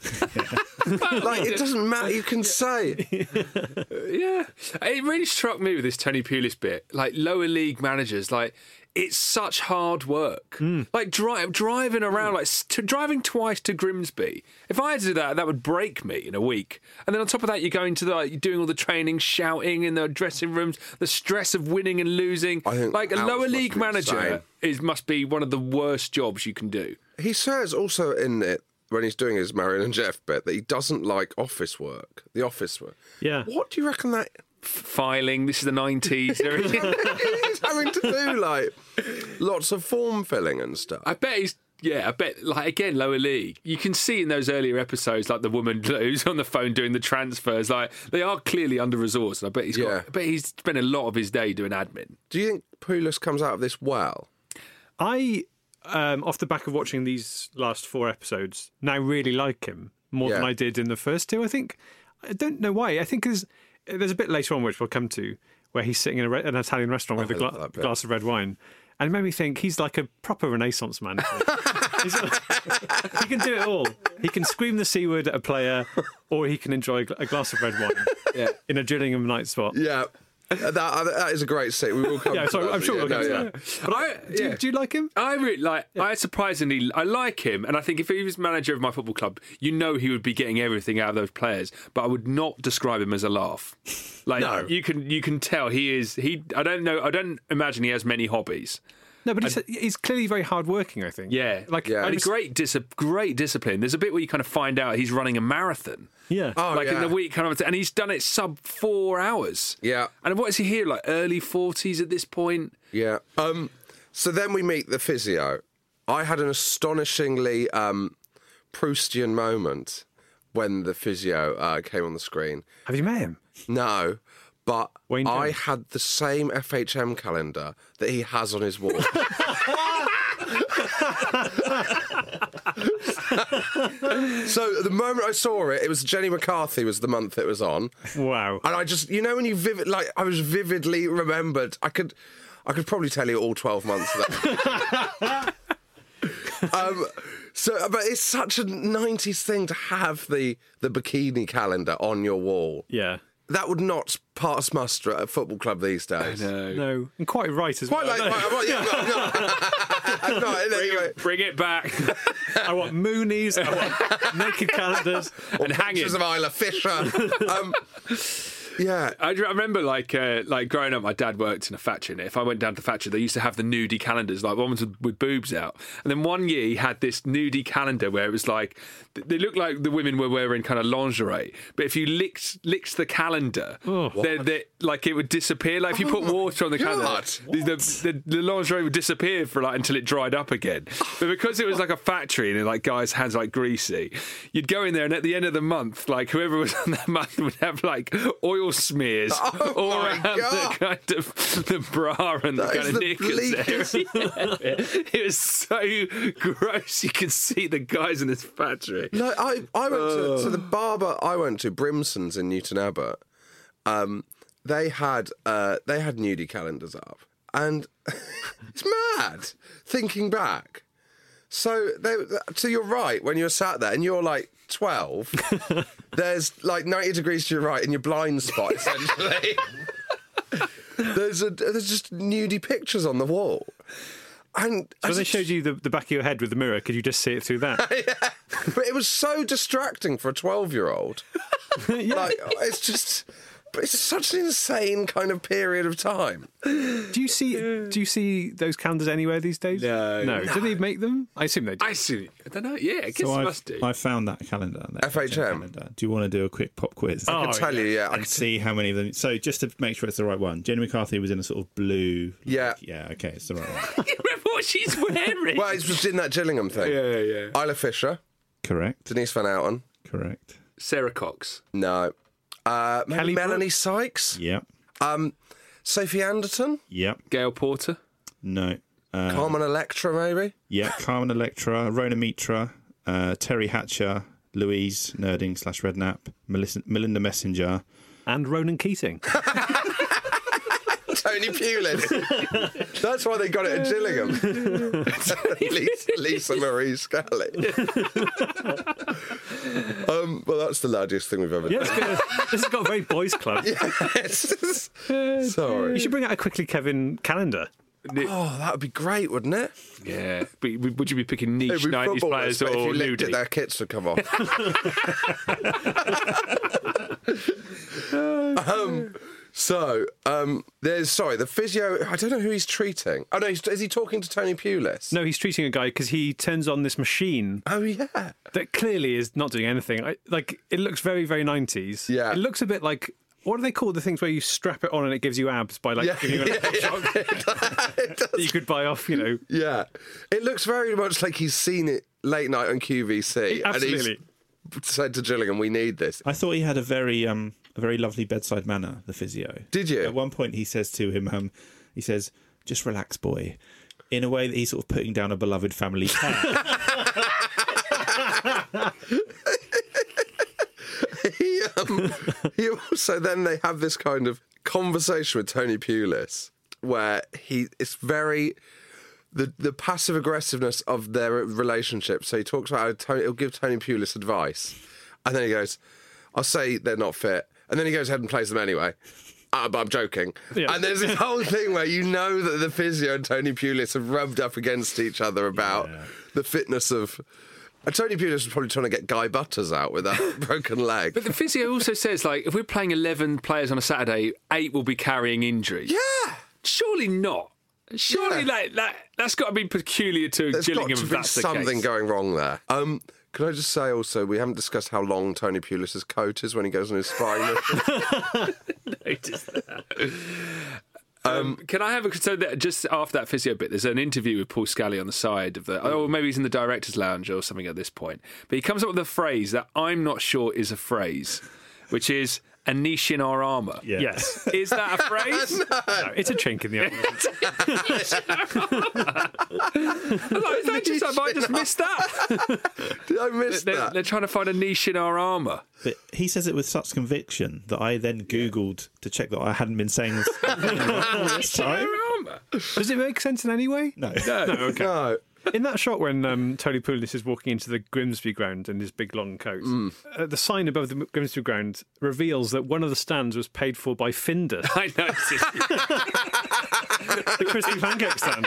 S8: like, it doesn't matter. You can say.
S6: yeah, it really struck me with this Tony Pulis bit. Like lower league managers, like it's such hard work.
S8: Hmm.
S6: Like dri- driving around, like s- to, driving twice to Grimsby. If I had to do that, that would break me in a week. And then on top of that, you're going to the, like, you're doing all the training, shouting in the dressing rooms, the stress of winning and losing.
S8: I think
S6: like a
S8: Alex
S6: lower
S8: must
S6: league
S8: be the same.
S6: manager is must be one of the worst jobs you can do.
S8: He says also in it, when he's doing his Marion and Jeff bit, that he doesn't like office work, the office work.
S4: Yeah.
S8: What do you reckon that
S6: Filing. This is the 90s. There-
S8: he's having to do like lots of form filling and stuff.
S6: I bet he's. Yeah, I bet. Like again, lower league. You can see in those earlier episodes, like the woman who's on the phone doing the transfers. Like they are clearly under resourced. I bet he's
S8: Yeah.
S6: got. I bet he's spent a lot of his day doing admin.
S8: Do you think Poulos comes out of this well?
S4: I, um, off the back of watching these last four episodes, now really like him more than
S8: Yeah.
S4: I did in the first two. I think I don't know why. I think there's there's a bit later on which we'll come to where he's sitting in a re- an Italian restaurant with a
S8: I love
S4: gla-
S8: that bit.
S4: glass of red wine, and it made me think he's like a proper Renaissance man. He's- he can do it all. He can scream the c word at a player, or he can enjoy a gl- a glass of red wine in a Gillingham night spot.
S8: Yeah. Uh, That, that is a great scene. We will come.
S4: Yeah,
S8: to
S4: sorry,
S8: that,
S4: I'm sure
S8: yeah,
S4: we'll get
S8: no,
S4: to
S8: yeah.
S4: that. But I, do, you-
S6: yeah.
S4: do you like him?
S6: I really like. I surprisingly, I like him, and I think if he was manager of my football club, you know he would be getting everything out of those players. But I would not describe him as a laugh. Like
S8: No.
S6: you can, you can tell he is. He. I don't know. I don't imagine he has many hobbies.
S4: No, but he's, he's clearly very hardworking. I think.
S6: Yeah,
S4: like
S8: Yeah.
S4: I
S6: and a
S4: res-
S6: great, dis- great discipline. There's a bit where you kind of find out he's running a marathon.
S4: Yeah.
S8: Oh,
S6: like in
S8: yeah.
S6: the week, kind of, and he's done it sub four hours.
S8: Yeah.
S6: And what is he here? Like early forties at this point.
S8: Yeah. Um, so then we meet the physio. I had an astonishingly um, Proustian moment when the physio uh, came on the screen.
S4: Have you met him?
S8: No, but I had the same FHM calendar that he has on his wall. so the moment I saw it, it was Jenny McCarthy was the month it was on.
S4: Wow.
S8: And I just, you know, when you vivid, like I was vividly remembered. I could, I could probably tell you all twelve months. Of that. um, so, but it's such a '90s thing to have the the bikini calendar on your wall.
S4: Yeah.
S8: That would not pass muster at a football club these days.
S4: No. And quite right as
S8: Quite
S4: well.
S8: like, right, well, yeah, no, no. No, anyway.
S6: Bring it back.
S4: I want Moonies. I want naked calendars.
S8: and hanging. of Isla Fisher. Um, yeah.
S6: I d- I remember, like, uh, like growing up, my dad worked in a factory, and if I went down to the factory, they used to have the nudie calendars, like ones with, with boobs out. And then one year, he had this nudie calendar where it was like th- they looked like the women were wearing kind of lingerie, but if you licked licked the calendar, they they like it would disappear. Like if you put water on the calendar,
S8: God.
S6: the, the, the, the lingerie would disappear for like until it dried up again. But because it was like a factory and like guys' hands like greasy, you'd go in there and at the end of the month, like whoever was on that month would have like oil smears
S8: Oh
S6: all
S8: my
S6: around
S8: God.
S6: the kind of the bra and the
S8: That
S6: kind
S8: is
S6: of
S8: the
S6: knickers. area. it was so gross. You could see the guys in this factory.
S8: No, I, I went to, to the barber I went to, Brimson's in Newton Abbot. Um, they had uh, they had nudie calendars up, and it's mad thinking back. So they, so you're right when you're sat there and you're like twelve. there's like ninety degrees to your right in your blind spot essentially. there's a, there's just nudie pictures on the wall, and I
S4: So when they
S8: just-
S4: showed you the, the back of your head with the mirror, could you just see it through that?
S8: but it was so distracting for a 12 year old. Like, it's just, but it's such an insane kind of period of time.
S4: do you see do you see those calendars anywhere these days? No. No. Do they make them? I assume they do.
S6: I see. I don't know. Yeah, I guess
S4: So
S6: it
S4: I've-
S6: must do.
S13: I found that calendar. that
S8: FHM.
S13: calendar. Do you want to do a quick pop quiz?
S8: I
S6: Oh,
S8: can tell you, yeah. I
S13: and see how many of them. So just to make sure it's the right one, Jenny McCarthy was in a sort of blue.
S8: Yeah.
S13: Yeah, okay, it's the right one.
S6: Remember what she's wearing?
S8: Well, it was in that Gillingham thing.
S6: yeah, yeah, yeah.
S8: Isla Fisher,
S13: Correct.
S8: Denise Van Outen.
S13: Correct.
S6: Sarah Cox.
S8: No. Uh, maybe
S4: Kelly Brook?
S8: Melanie Sykes.
S13: Yep.
S8: Um, Sophie Anderton.
S13: Yep.
S6: Gail Porter.
S13: No. Uh,
S8: Carmen Electra, maybe.
S13: yeah, Carmen Electra, Rona Mitra, uh, Terry Hatcher, Louise Nerding slash Redknapp, Melissa, Melinda Messenger,
S4: And Ronan Keating.
S8: Tony Pulis. That's why they got it at Gillingham. Lisa, Lisa Marie Scully. um, well, that's the largest thing we've ever
S4: Yeah,
S8: done.
S4: it's good. this has got a very boys' club.
S8: Yes. Sorry.
S4: You should bring out a quickly Kevin calendar.
S8: Oh, that would be great, wouldn't it?
S6: Yeah. But would you be picking niche
S8: It'd be
S6: 90s
S8: footballers,
S6: players or
S8: but if you licked
S6: nudie?
S8: it, their kits would come off. um, so, um, there's sorry, the physio. I don't know who he's treating. Oh no, he's, is he talking to Tony Pulis?
S4: No, he's treating a guy because he turns on this machine
S8: Oh yeah.
S4: that clearly is not doing anything. I, like it looks very, very nineties.
S8: Yeah.
S4: it looks a bit like what do they call the things where you strap it on and it gives you abs by like
S8: Yeah,
S4: giving you an
S8: yeah,
S4: elbow
S8: yeah.
S4: shock
S8: It
S4: that you
S8: does.
S4: could buy off, you know.
S8: Yeah, it looks very much like he's seen it late night on QVC,
S4: Absolutely.
S8: and he's said to Gillingham, "We need this."
S13: I thought he had a very um a very lovely bedside manner, the physio.
S8: Did you?
S13: At one point he says to him, um, he says, just relax, boy. In a way that he's sort of putting down a beloved family pair.
S8: he, um, he also then they have this kind of conversation with Tony Pulis where he it's very the the passive aggressiveness of their relationship. So he talks about how Tony, he'll give Tony Pulis advice, and then he goes, "I'll say they're not fit," and then he goes ahead and plays them anyway. Uh, but I'm joking.
S4: Yeah.
S8: And there's this whole thing where you know that the physio and Tony Pulis have rubbed up against each other about the fitness of. And Tony Pulis was probably trying to get Guy Butters out with that broken leg.
S6: But the physio also says, like, if we're playing 11 players on a Saturday, eight will be carrying injuries.
S8: Yeah,
S6: Surely not. Surely
S8: Yeah.
S6: like, that, that's got to be peculiar to
S8: there's
S6: Gillingham
S8: got to
S6: if
S8: be
S6: that's the
S8: something
S6: case.
S8: going wrong there. Um, can I just say also, we haven't discussed how long Tony Pulis's coat is when he goes on his spine.
S6: Notice that. Um, can I have a so that just after that physio bit? There's an interview with Paul Scally on the side of
S8: Mm.
S6: the. Oh, maybe he's in the directors' lounge or something at this point. But he comes up with a phrase that I'm not sure is a phrase, which is a niche in our armor.
S4: Yes.
S6: Is that a phrase?
S4: No, it's a chink in the armour.
S6: I'm like, is that just, have I just missed that?
S8: Did I miss
S6: they're, that? They're trying to find a niche in our armour.
S7: But he says it with such conviction that I then Googled to check that I hadn't been saying this all this time.
S6: armour.
S4: Does it make sense in any way?
S7: No.
S6: No,
S4: okay.
S8: No.
S4: In that shot when um, Tony Pulis is walking into the Grimsby ground in his big long coat,
S8: Mm.
S4: uh, the sign above the Grimsby ground reveals that one of the stands was paid for by Finder,
S6: I know. it's just-
S4: the crispy pancake stand.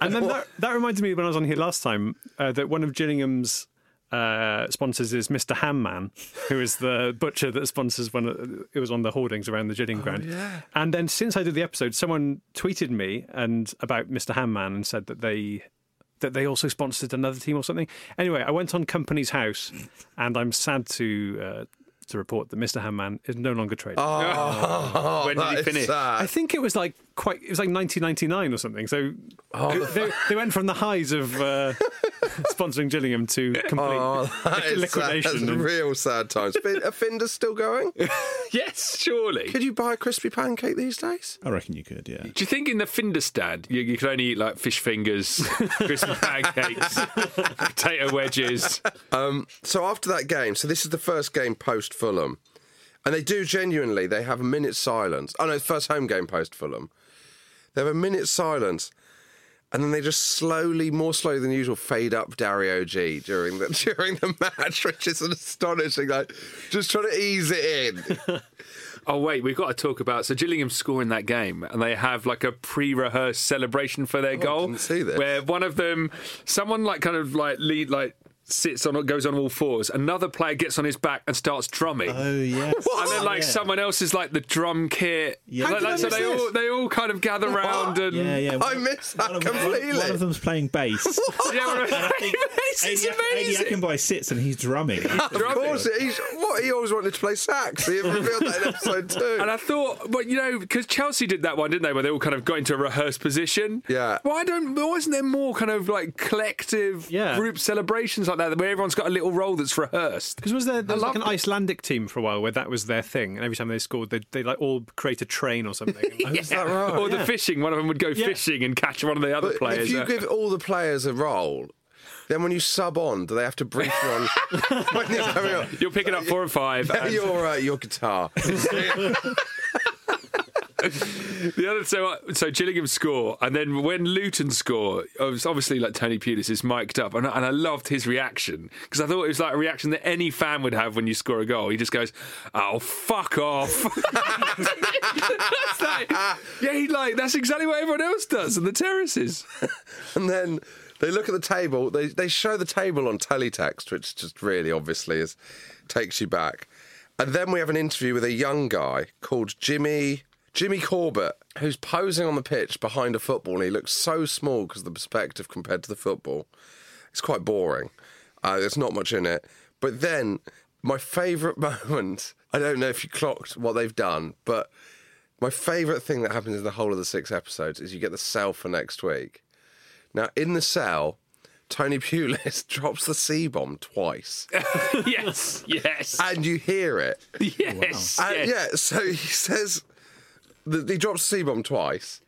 S4: and then that, that reminded me when I was on here last time uh, that one of Gillingham's uh, sponsors is Mr. Hamman, who is the butcher that sponsors one. of- It was on the hoardings around the Gillingham ground. And then since I did the episode, someone tweeted me and about Mr. Hamman and said that they. That they also sponsored another team or something. Anyway, I went on Company's House, and I'm sad to uh, to report that Mr. Hamman is no longer trading.
S8: Oh,
S6: When did he
S8: that is
S6: finish?
S8: sad.
S4: I think it was like quite. It was like 1999 or something. So
S8: Oh,
S4: they, they went from the highs of uh, sponsoring Gillingham to complete
S8: Oh, that is
S4: liquidation.
S8: Sad. That's
S4: and-
S8: real sad times. Fin- Are Finders still going?
S6: yes, surely.
S8: Could you buy a crispy pancake these days?
S7: I reckon you could, yeah.
S6: Do you think in the Finder stand you, you could only eat like fish fingers, crispy pancakes, potato wedges?
S8: Um, so after that game, so this is the first game post Fulham, and they do genuinely. They have a minute silence. Oh no, first home game post Fulham. They have a minute silence, and then they just slowly, more slowly than usual, fade up Dario G during the during the match, which is an astonishing. Like just trying to ease it in.
S6: Oh wait, we've got to talk about so Gillingham scoring that game, and they have like a pre-rehearsed celebration for their goal.
S8: didn't see this.
S6: Where one of them, someone like kind of like lead like sits on goes on all fours. Another player gets on his back and starts drumming.
S7: Oh, yeah.
S6: And then, like someone else is like the drum kit.
S7: Yeah.
S6: Like,
S7: How did
S6: like,
S7: I
S6: so
S7: miss
S6: they
S7: this?
S6: all they all kind of gather round and
S7: Yeah, yeah.
S8: I missed that
S7: of-
S8: completely.
S7: One of them's playing bass.
S6: Yeah, what I mean? It's
S7: Eddie
S6: amazing.
S7: Akinbye sits and he's drumming.
S8: Of course, he's, what he always wanted to play sax. He revealed that in episode two.
S6: And I thought, but you know, because Chelsea did that one, didn't they? Where they all kind of got into a rehearsed position.
S8: Yeah.
S6: Why don't? Why isn't there more kind of like collective
S4: Yeah.
S6: group celebrations like that, where everyone's got a little role that's rehearsed?
S4: Because was there, there was like an
S6: loved it.
S4: Icelandic team for a while where that was their thing, and every time they scored, they they like all create a train or something.
S6: Yeah. Or the fishing. One of them would go
S4: Yeah.
S6: fishing and catch one of the other
S8: But
S6: players.
S8: If you
S6: Uh,
S8: give all the players a role, then when you sub on, do they have to brief you on? when you're coming on?
S6: You're picking up four and five. and-
S8: your uh, your guitar.
S6: The other so uh, so Gillingham score, and then when Luton score, it was obviously like Tony Pulis is mic'd up, and I, and I loved his reaction because I thought it was like a reaction that any fan would have when you score a goal. He just goes, "Oh fuck off!" That's like- yeah, he like that's exactly what everyone else does on the terraces.
S8: and then they look at the table. They they show the table on teletext, which just really obviously is takes you back. And then we have an interview with a young guy called Jimmy Jimmy Corbett, who's posing on the pitch behind a football. And he looks so small because the perspective compared to the football. It's quite boring. Uh, there's not much in it. But then my favourite moment. I don't know if you clocked what they've done, but my favourite thing that happens in the whole of the six episodes is you get the cell for next week. Now, in the cell, Tony Pulis drops the C bomb twice,
S6: yes, yes,
S8: and you hear it.
S6: yes, yes.
S8: And yeah, so he says that he drops the C bomb twice.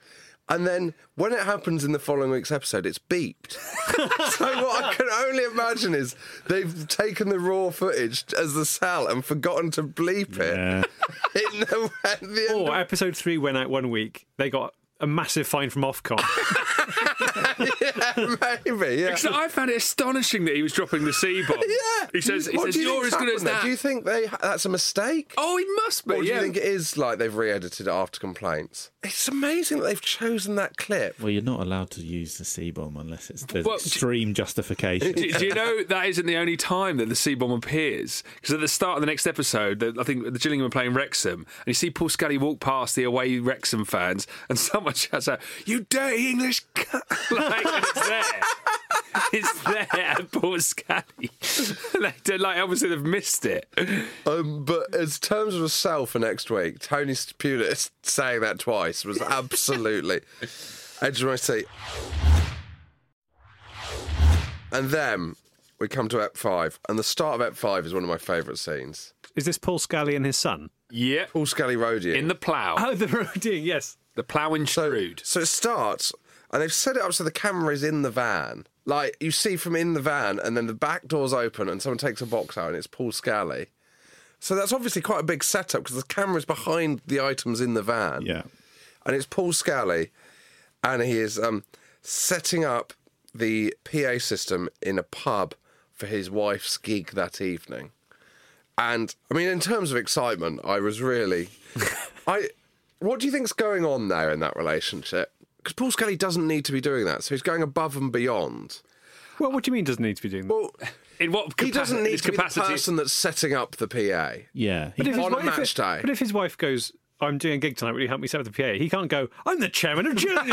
S8: And then when it happens in the following week's episode, it's beeped. so what I can only imagine is they've taken the raw footage as the cell and forgotten to bleep
S7: Yeah.
S8: it. In the, at the
S6: Oh,
S8: end
S4: or
S8: of-
S4: "Oh, episode three went out one week, they got a massive fine from Ofcom.
S8: yeah, maybe. Yeah.
S6: Because I found it astonishing that he was dropping the C bomb.
S8: Yeah.
S6: he says, he
S8: What
S6: says
S8: do you
S6: you're
S8: think's
S6: as good as
S8: happened there?
S6: that.
S8: Do you think they that's a mistake?
S6: oh, he must be.
S8: Or do
S6: yeah.
S8: you think it is like they've re-edited it after complaints? It's amazing that they've chosen that clip.
S7: Well, you're not allowed to use the C bomb unless it's there's
S6: Well,
S7: extreme justification.
S6: do, do you know that isn't the only time that the C bomb appears? Because at the start of the next episode, the, I think the Gillingham are playing Wrexham, and you see Paul Scully walk past the away Wrexham fans, and someone shouts out, "You dirty English!" c-" like and it's there. it's there at Port Scally. like, they're like, obviously, they've missed it.
S8: Um, but as terms of a sell for next week, Tony Pulis saying that twice was absolutely edge of my seat. And then we come to Ep 5, and the start of Ep 5 is one of my favourite scenes.
S4: Is this Paul Scally and his son?
S6: Yeah.
S8: Paul Scally roadie.
S6: In the plough.
S4: Oh, the roadie, yes.
S6: The ploughing shrewd.
S8: So, so it starts, and they've set it up so the camera is in the van. Like, you see from in the van, and then the back door's open, and someone takes a box out, and it's Paul Scally. So that's obviously quite a big setup because the camera's behind the items in the van.
S7: Yeah.
S8: And it's Paul Scally, and he is um, setting up the PA system in a pub for his wife's gig that evening. And I mean, in terms of excitement, I was really. I. What do you think's going on there in that relationship? Because Paul Scully doesn't need to be doing that, so he's going above and beyond.
S4: Well, what do you mean doesn't need to be doing that?
S8: Well,
S6: In what
S8: he doesn't
S6: capa-
S8: need
S6: his
S8: to be the
S6: capacity?
S8: person that's setting up the PA.
S7: Yeah.
S8: But
S4: if his
S8: on a
S4: wife- if
S8: match
S4: it-
S8: day.
S4: But if his wife goes, I'm doing a gig tonight, will you help me set up the PA? He can't go, I'm the chairman of Julian.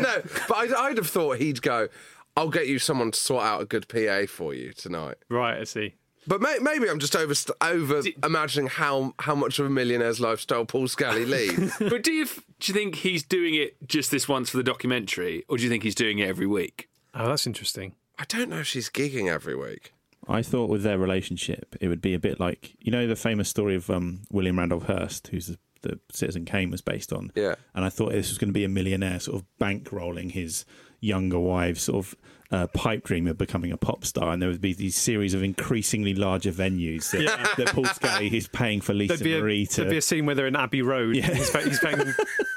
S8: no, but I'd, I'd have thought he'd go. I'll get you someone to sort out a good PA for you tonight.
S4: right, I see.
S8: But may, maybe I'm just over over imagining how how much of a millionaire's lifestyle Paul Scally leads.
S6: but do you f- do you think he's doing it just this once for the documentary, or do you think he's doing it every week?
S4: Oh, that's interesting.
S8: I don't know if she's gigging every week.
S7: I thought with their relationship, it would be a bit like you know the famous story of um, William Randolph Hearst, who's the, the Citizen Kane was based on.
S8: Yeah.
S7: and I thought this was going to be a millionaire sort of bankrolling his younger wife, sort of. Uh, pipe dream of becoming a pop star, and there would be these series of increasingly larger venues that,
S4: Yeah.
S7: that Paul Scally is paying for Lisa
S4: There'd be,
S7: Marie
S4: a,
S7: to.
S4: there'd be a scene where they're in Abbey Road. and He's, pay, he's paying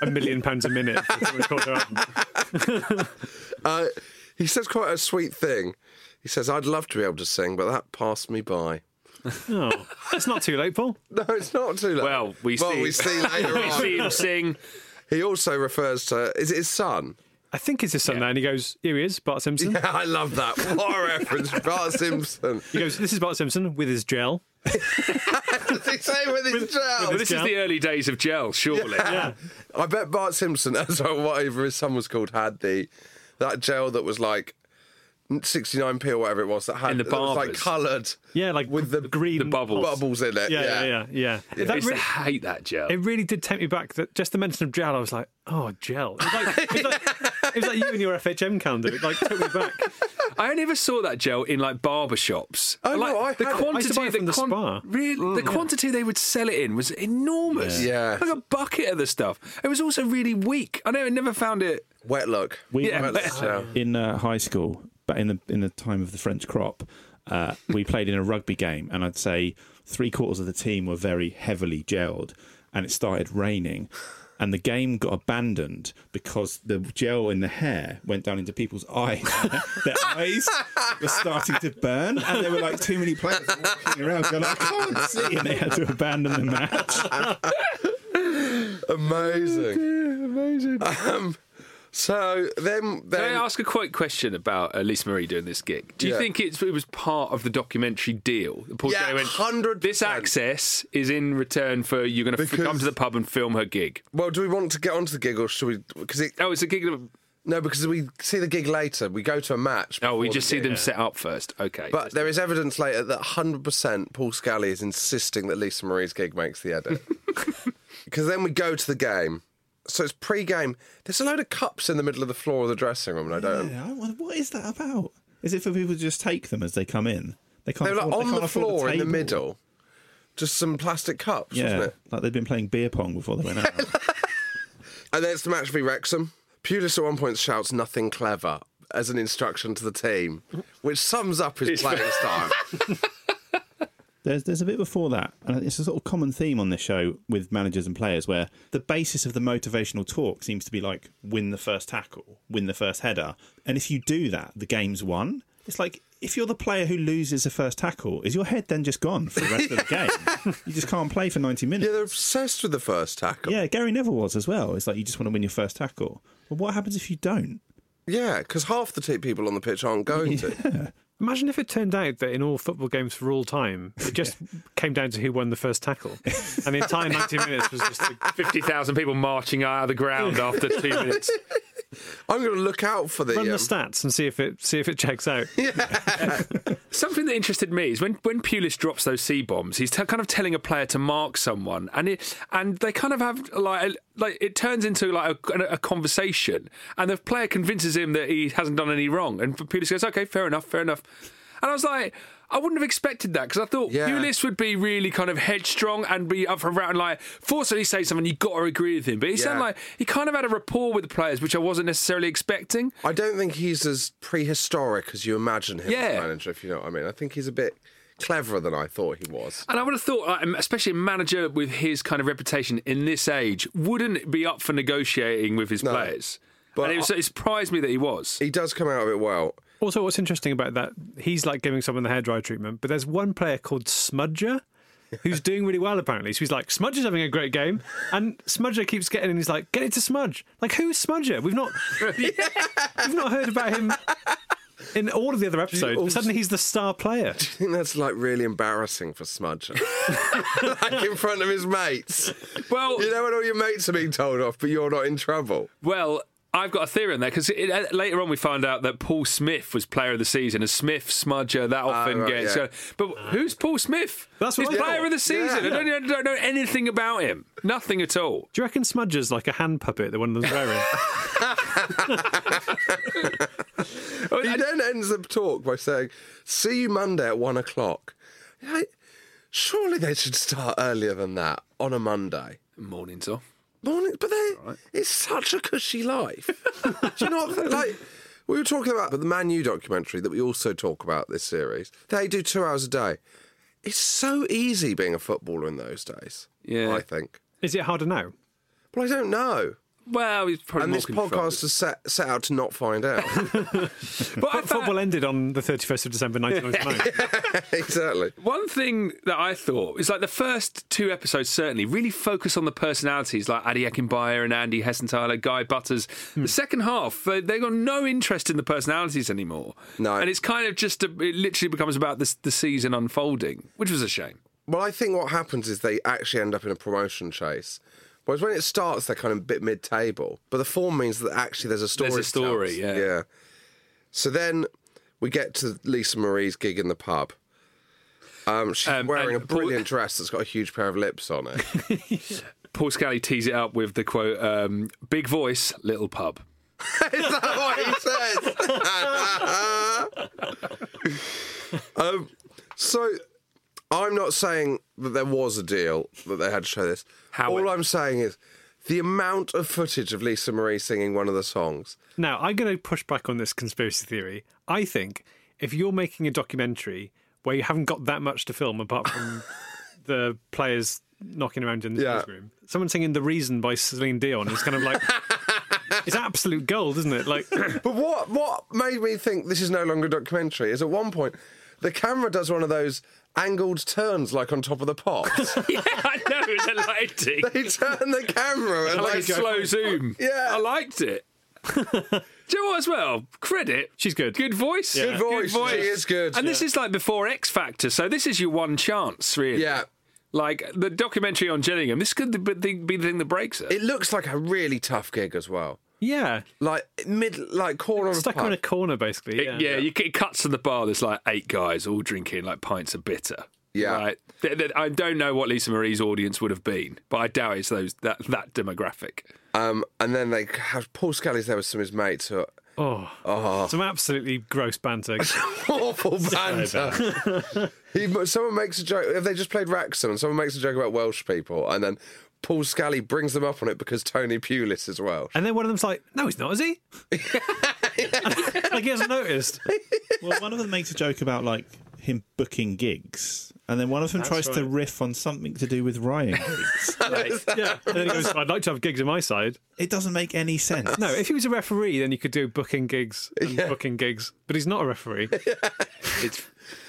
S4: a million pounds a minute. For someone to call her up.
S8: Uh, he says quite a sweet thing. He says, "I'd love to be able to sing, but that passed me by."
S4: Oh, it's not too late, Paul.
S8: No, it's not too late.
S6: Well, we
S8: well,
S6: see,
S8: we see later
S6: we
S8: on.
S6: see him sing.
S8: He also refers to is it his son?
S4: I think it's his son there, and he goes, Here he is, Bart Simpson.
S8: Yeah, I love that. What a reference, Bart Simpson.
S4: He goes, This is Bart Simpson with his gel.
S8: Does he say with his gel?
S6: Well, this is the early days of gel, surely.
S8: I bet Bart Simpson, as well, whatever his son was called, had the that gel that was like 69p or whatever it was that had
S6: In the
S8: that was like
S6: barbers.
S8: coloured
S4: Yeah, like
S8: with the
S4: green
S6: The bubbles.
S8: bubbles in it.
S4: Yeah, yeah, yeah. yeah.
S6: I
S4: That
S6: used
S4: really,
S6: to hate that gel.
S4: it really did take me back. That just the mention of gel, I was like, oh, gel. It was like, it was like, it was like you and your FHM calendar. It like took me back.
S6: I only ever saw that gel in like barber shops.
S8: Oh, no,
S6: like,
S8: I
S6: the
S8: had it. I
S4: used to
S6: quantity,
S4: buy it from the spa.
S6: Really, the quantity they would sell it in was enormous.
S8: Yeah. Yeah.
S6: like a bucket of the stuff. It was also really weak. I know I never found it.
S8: Wet look.
S7: We-
S6: Yeah,
S8: Wet
S6: wet-
S8: look gel.
S7: in uh, high school, but in the in the time of the French crop, uh, we played in a rugby game, and I'd say three quarters of the team were very heavily gelled, and it started raining. And the game got abandoned because the gel in the hair went down into people's eyes. Their eyes were starting to burn, and there were like too many players walking around going, "I can't see," and they had to abandon the match.
S8: Amazing.
S4: Oh, Amazing.
S8: Um, so then, then
S6: Can I ask a quick question about uh, Lisa Marie doing this gig? Do you
S8: Yeah.
S6: think it's, it was part of the documentary deal? Paul
S8: Yeah,
S6: Scally went,
S8: 100%.
S6: This access is in return for you're going to
S8: Because-
S6: come to the pub and film her gig.
S8: well, do we want to get onto the gig or should we? Because it,
S6: Oh, it's a gig. Of,
S8: no, because we see the gig later. We go to a match.
S6: oh, we
S8: before
S6: just
S8: the
S6: see
S8: gig.
S6: them set up first. Okay,
S8: But there is evidence later that 100% Paul Scally is insisting that Lisa Marie's gig makes the edit. Because then we go to the game. So it's pre game. There's a load of cups in the middle of the floor of the dressing room, and I don't.
S7: Yeah, I wonder, what is that about? Is it for people to just take them as they come in? They can't.
S8: They were like
S7: afford-
S8: on
S7: can't
S8: the
S7: afford a
S8: floor in the
S7: table.
S8: middle. Just some plastic cups,
S7: Yeah,
S8: wasn't it?
S7: like they'd been playing beer pong before they went out.
S8: And then it's the match v Wrexham. Pulis at one point shouts nothing clever as an instruction to the team, which sums up his playing style.
S7: There's there's a bit before that, and it's a sort of common theme on this show with managers and players, where the basis of the motivational talk seems to be like win the first tackle, win the first header, and if you do that, the game's won. It's like if you're the player who loses the first tackle, is your head then just gone for the rest of the game? You just can't play for ninety minutes.
S8: yeah, they're obsessed with the first tackle.
S7: Yeah, Gary Neville was as well. It's like you just want to win your first tackle. Well, what happens if you don't?
S8: Yeah, because half the t- people on the pitch aren't going to.
S4: Imagine if it turned out that in all football games for all time, it just came down to who won the first tackle. And the entire 90 minutes was just. A,
S6: fifty thousand people marching out of the ground after two minutes.
S8: I'm going to look out for the.
S4: Run the
S8: um,
S4: stats and see if it see if it checks out.
S6: Something that interested me is when, when Pulis drops those C bombs, he's t- kind of telling a player to mark someone, and it and they kind of have like a, like it turns into like a, a conversation, and the player convinces him that he hasn't done any wrong, and Pulis goes, "Okay, fair enough, fair enough," and I was like. I wouldn't have expected that because I thought
S8: Yeah.
S6: Pulis would be really kind of headstrong and be up for a round. and, Like, forcefully say something, you got to agree with him. But he sounded
S8: Yeah.
S6: like he kind of had a rapport with the players, which I wasn't necessarily expecting.
S8: I don't think he's as prehistoric as you imagine him as
S6: Yeah.
S8: manager, if you know what I mean. I think he's a bit cleverer than I thought he was.
S6: And I would have thought, like, especially a manager with his kind of reputation in this age, wouldn't be up for negotiating with his players. But it, was, it surprised me that he was.
S8: He does come out of it well.
S4: Also, what's interesting about that, he's like giving someone the hairdryer treatment, but there's one player called Smudger who's doing really well apparently. So he's like, Smudger's having a great game, and Smudger keeps getting in. He's like, get it to Smudge. Like, who's Smudger? We've not, we've not heard about him in all of the other episodes. But
S8: also-
S4: suddenly, he's the star player.
S8: I think that's like really embarrassing for Smudger. like in front of his mates.
S6: Well,
S8: you know when all your mates are being told off, but you're not in trouble.
S6: Well, I've got a theory on that because later on we found out that Paul Smith was player of the season, and Smith, Smudger, that often
S8: Ah, right,
S6: gets. uh,
S8: yeah.
S6: But who's Paul Smith?
S4: That's what
S6: He's
S4: I
S6: player
S4: thought.
S6: of the season.
S4: Yeah.
S6: I, don't, I don't know anything about him. Nothing at all.
S4: Do you reckon Smudger's like a hand puppet that one of them's wearing?
S8: He then ends the talk by saying, See you Monday at one o'clock. Like, surely they should start earlier than that on a Monday.
S6: Morning, sir.
S8: Morning, but they, it's such a cushy life. Do you know what? Like, we were talking about the Man U documentary that we also talk about this series. They do two hours a day. It's so easy being a footballer in those days.
S6: Yeah.
S8: I think.
S4: Is it harder now?
S8: Well, I don't know.
S6: Well, he's probably
S8: and
S6: more
S8: this
S6: controlled.
S8: podcast is set, set out to not find out.
S6: But I found,
S4: Football ended on the 31st of December 1999.
S8: exactly.
S6: One thing that I thought is like the first two episodes certainly really focus on the personalities like Adi Akinbayer and Andy Hessenthaler, Guy Butters. The second half, they, they've got no interest in the personalities anymore.
S8: No.
S6: And it's kind of just, a, it literally becomes about this, the season unfolding, which was a shame.
S8: Well, I think what happens is they actually end up in a promotion chase. Whereas when it starts, they're kind of a bit mid-table, but the form means that actually there's a story.
S6: There's a
S8: to tell
S6: story,
S8: us.
S6: yeah.
S8: Yeah. So then we get to Lisa Marie's gig in the pub. Um, she's wearing a brilliant dress that's got a huge pair of lips on it.
S6: Paul Scally tees it up with the quote, um, big voice, little pub.
S8: Is that what he says? um, so I'm not saying that there was a deal that they had to show this.
S6: How
S8: All
S6: it-
S8: I'm saying is the amount of footage of Lisa Marie singing one of the songs.
S4: Now, I'm going to push back on this conspiracy theory. I think if you're making a documentary where you haven't got that much to film apart from the players knocking around in the
S8: Yeah.
S4: newsroom, room, someone singing The Reason by Celine Dion is kind of like. it's absolute gold, isn't it? Like,
S8: But what what made me think this is no longer a documentary is at one point the camera does one of those angled turns like on top of the pops.
S6: yeah, I know, it's a lighting.
S8: they turn the camera and
S6: like a
S8: like,
S6: slow zoom.
S8: Yeah.
S6: I liked it. Do you know what, as well? Credit.
S4: she's good.
S6: Good voice.
S8: Good voice. She is good.
S6: And this is like before X Factor, so this is your one chance, really.
S8: Yeah.
S6: Like the documentary on Gillingham, this could be the, be the thing that breaks it.
S8: It looks like a really tough gig as well.
S4: Yeah.
S8: Like mid like corner of
S4: Stuck
S8: pub.
S4: on a corner, basically. Yeah.
S6: yeah, You, it cuts to the bar. There's like eight guys all drinking like pints of bitter.
S8: Yeah.
S6: Right. Th- th- I don't know what Lisa Marie's audience would have been, but I doubt it's those that that demographic.
S8: Um, and then they have Paul Scully's there with some of his mates who are
S4: Oh, Some absolutely gross banter.
S8: awful banter. he, someone makes a joke. If they just played Wrexham and someone makes a joke about Welsh people, and then Paul Scully brings them up on it because Tony Pulis is Welsh.
S4: and then one of them's like, no, he's not, is he? like, he hasn't noticed.
S7: well, one of them makes a joke about like him booking gigs, and then one of them tries to riff on something to do with Ryan gigs.
S4: Yeah. And then he goes, I'd like to have gigs on my side.
S7: it doesn't make any sense.
S4: No, if he was a referee, then you could do booking gigs and booking gigs. But he's not a referee.
S6: It's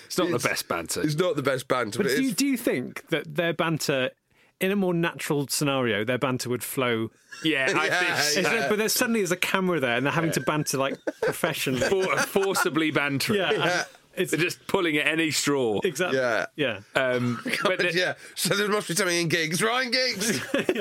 S6: it's not the best banter.
S8: It's not the best banter,
S4: But
S8: but,
S4: do you,
S8: it's,
S4: do you think that their banter, in a more natural scenario, their banter would flow?
S6: Yeah, I think so.
S4: Is there- but there's suddenly there's a camera there, and they're having to banter like professionally.
S6: For- forcibly bantering.
S4: Yeah. and
S6: They're just pulling at any straw.
S4: Exactly.
S8: Yeah.
S4: Yeah.
S6: Um, but the-
S8: yeah. So there must be something in gigs. Ryan Gigs.
S6: But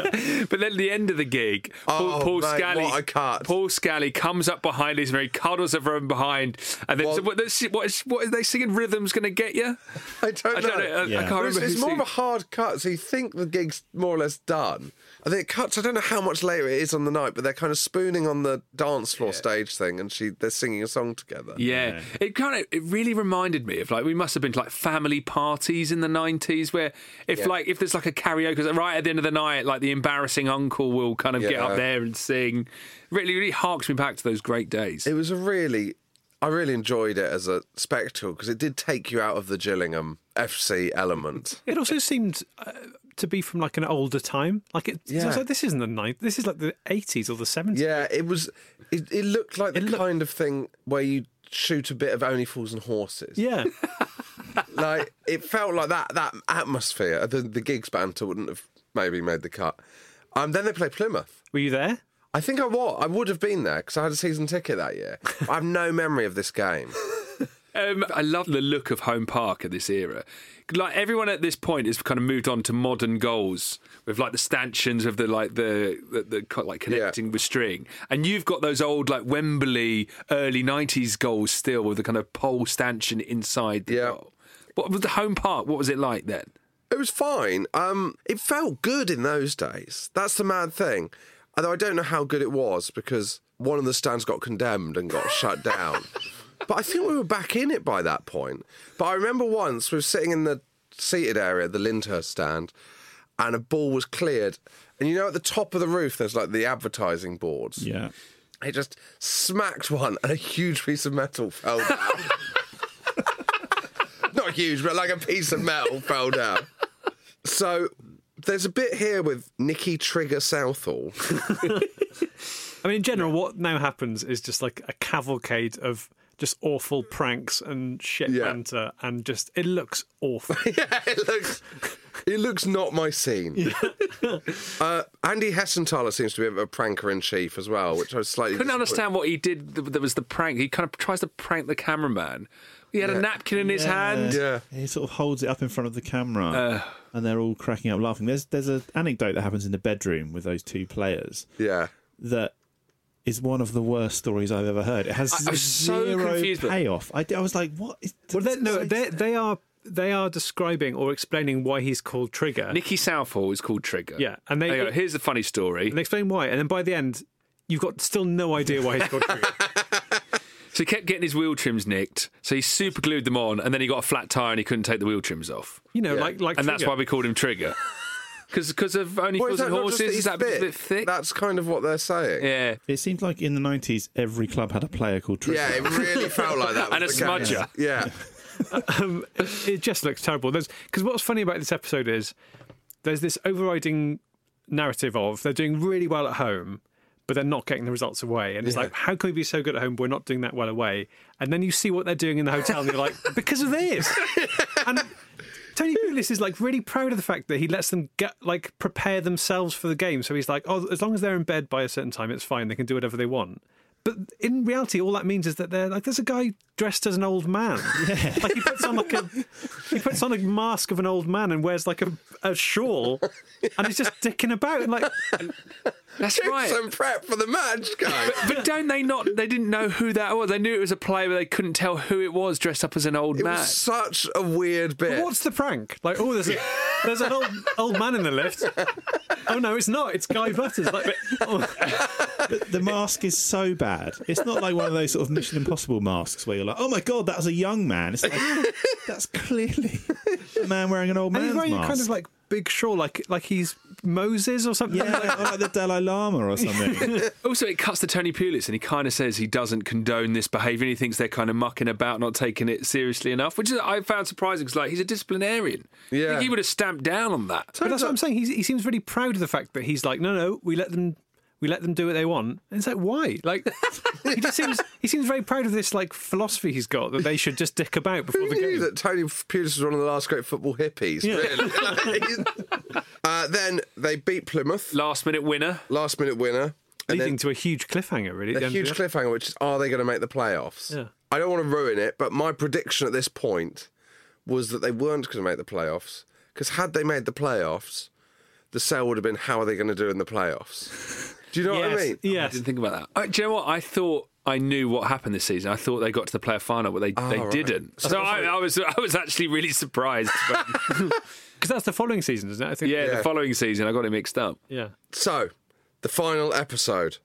S6: then at the end of the gig, Paul,
S8: Oh,
S6: Paul
S8: mate,
S6: Scally,
S8: what a
S6: Paul Scally comes up behind Lisa Marie, cuddles her from behind, and then so what, that's- what, is, what are they singing? Rhythm's going to get you?
S8: I don't
S6: I
S8: know.
S6: don't know, I- I Yeah. can't
S8: It's,
S6: remember
S8: it's
S6: who
S8: more of
S6: sings-
S8: a hard cut, so you think the gig's more or less done, and then it cuts. I don't know how much later it is on the night, but they're kind of spooning on the dance floor stage thing, and she they're singing a song together.
S6: Yeah. it kind of it really reminded me of like we must have been to like family parties in the nineties where if
S8: Yeah.
S6: like if there's like a karaoke right at the end of the night like the embarrassing uncle will kind of get
S8: Yeah.
S6: up there and sing. Really, really harks me back to those great days.
S8: It was a really, I really enjoyed it as a spectacle because it did take you out of the Gillingham FC element.
S4: It also seemed uh, to be from like an older time. Like it,
S8: Yeah.
S4: I was like, this isn't the ninth. This is like the eighties or the seventies.
S8: Yeah, it was. It, it looked like the kind of thing where you shoot a bit of Only Fools and Horses.
S4: Yeah.
S8: like it felt like that that atmosphere. The the gigs banter wouldn't have maybe made the cut. Um, then they play Plymouth.
S4: Were you there?
S8: I think I was. I would have been there because I had a season ticket that year. I have no memory of this game.
S6: Um, I love the look of Home Park at this era. Like everyone at this point has kind of moved on to modern goals with like the stanchions of the like the the, the co- like connecting with string, and you've got those old like Wembley early '90s goals still with the kind of pole stanchion inside the goal. What was the Home Park? What was it like then?
S8: It was fine. Um, it felt good in those days. That's the mad thing. Although I don't know how good it was because one of the stands got condemned and got shut down. But I think we were back in it by that point. But I remember once we were sitting in the seated area, the Lyndhurst stand, and a ball was cleared. And you know, at the top of the roof, there's like the advertising boards.
S7: Yeah.
S8: It just smacked one, and a huge piece of metal fell down. Not huge, but like a piece of metal fell down. So there's a bit here with Nikki Trigger Southall.
S4: I mean, in general, what now happens is just like a cavalcade of just awful pranks and shit banter, and just it looks awful.
S8: yeah, it looks it looks not my scene. uh, Andy Hessenthaler seems to be a, a pranker in chief as well, which I was slightly
S6: Couldn't
S8: disappointed-
S6: understand what he did. th- There was the prank. He kind of tries to prank the cameraman. He had a napkin in his hand.
S7: He sort of holds it up in front of the camera,
S4: Uh.
S7: and they're all cracking up laughing. There's there's an anecdote that happens in the bedroom with those two players.
S8: Yeah.
S7: That is one of the worst stories I've ever heard. It has
S4: I- I was so
S7: zero
S4: confused, but-
S7: payoff. I, I was like, what is
S4: well, they, no, they they are they are describing or explaining why he's called Trigger.
S6: Nicky Southall is called Trigger.
S4: Yeah, and they-
S6: There you go. here's the funny story.
S4: and explain why, and then by the end, you've got still no idea why he's called Trigger.
S6: So he kept getting his wheel trims nicked. So he super glued them on, and then he got a flat tire and he couldn't take the wheel trims off.
S4: You know, Yeah. like- like
S6: and that's
S4: Trigger.
S6: why we called him Trigger. Because of only
S8: Well,
S6: fools and
S8: not just
S6: horses, is
S8: he's
S6: that a bit thick?
S8: That's kind of what they're saying.
S6: Yeah.
S7: It seemed like in the 90s, every club had a player called Trigger.
S8: Yeah, it really felt like that.
S6: And
S8: was
S6: a
S8: the case.
S6: smudger.
S8: Yeah.
S4: um, it just looks terrible. Because what's funny about this episode is there's this overriding narrative of they're doing really well at home, but they're not getting the results away. And it's
S8: Yeah.
S4: like, how can we be so good at home? but We're not doing that well away. And then you see what they're doing in the hotel, and you're like, because of this. and Tony Pulis is like really proud of the fact that he lets them get like prepare themselves for the game. So he's like, oh, as long as they're in bed by a certain time, it's fine. They can do whatever they want. But in reality, all that means is that they're like, there's a guy dressed as an old man. Like he puts on like a he puts on a mask of an old man and wears like a, a shawl, and he's just dicking about. And like
S6: That's
S8: Do
S6: right.
S8: some prep for the match, guys.
S6: But don't they not? They didn't know who that was. They knew it was a player, but they couldn't tell who it was dressed up as an old
S8: It
S6: man.
S8: was such a weird bit.
S4: what's the prank? Like oh, there's a, there's an old old man in the lift. Oh no, it's not. It's Guy Butters. Like oh.
S7: But the mask is so bad. It's not like one of those sort of Mission Impossible masks where you're like, oh my god, that was a young man. It's like, that's clearly a man wearing an old
S4: and
S7: man's
S4: he's wearing a
S7: mask.
S4: kind of like big shawl, like like he's Moses or something.
S7: yeah, like, or like the Dalai Lama or something.
S6: also, it cuts to Tony Pulis, and he kind of says he doesn't condone this behaviour. and He thinks they're kind of mucking about, not taking it seriously enough, which is, I found surprising because, like, he's a disciplinarian. I
S8: Yeah.
S6: think he would have stamped down on that.
S4: But that's what I'm saying. He's, he seems really proud of the fact that he's like, no, no, we let them, we let them do what they want. And it's like, why? Like, he just seems he seems very proud of this like philosophy he's got that they should just dick about before
S8: Who
S4: the
S8: knew
S4: game.
S8: that Tony Pulis was one of the last great football hippies?
S4: Yeah.
S8: Really? uh, then they beat Plymouth.
S6: Last minute winner.
S8: Last minute winner. And
S4: Leading
S8: then
S4: to a huge cliffhanger, really. at
S8: a
S4: the end of
S8: huge
S4: the-
S8: cliffhanger, which is are they going to make the playoffs?
S4: Yeah.
S8: I I don't want to ruin it, but my prediction at this point was that they weren't going to make the playoffs because had they made the playoffs, the sale would have been how are they going to do in the playoffs? Do you know what I mean?
S6: Yeah, I didn't think about that. I, do you know what? I thought I knew what happened this season. I thought they got to the player final, but they,
S8: Ah,
S6: they
S8: right.
S6: didn't.
S8: So
S6: So I, I was I was actually really surprised. Because
S4: that's the following season, isn't it? I think.
S6: Yeah,
S8: Yeah.
S6: the following season I got it mixed up.
S4: Yeah.
S8: So, the final episode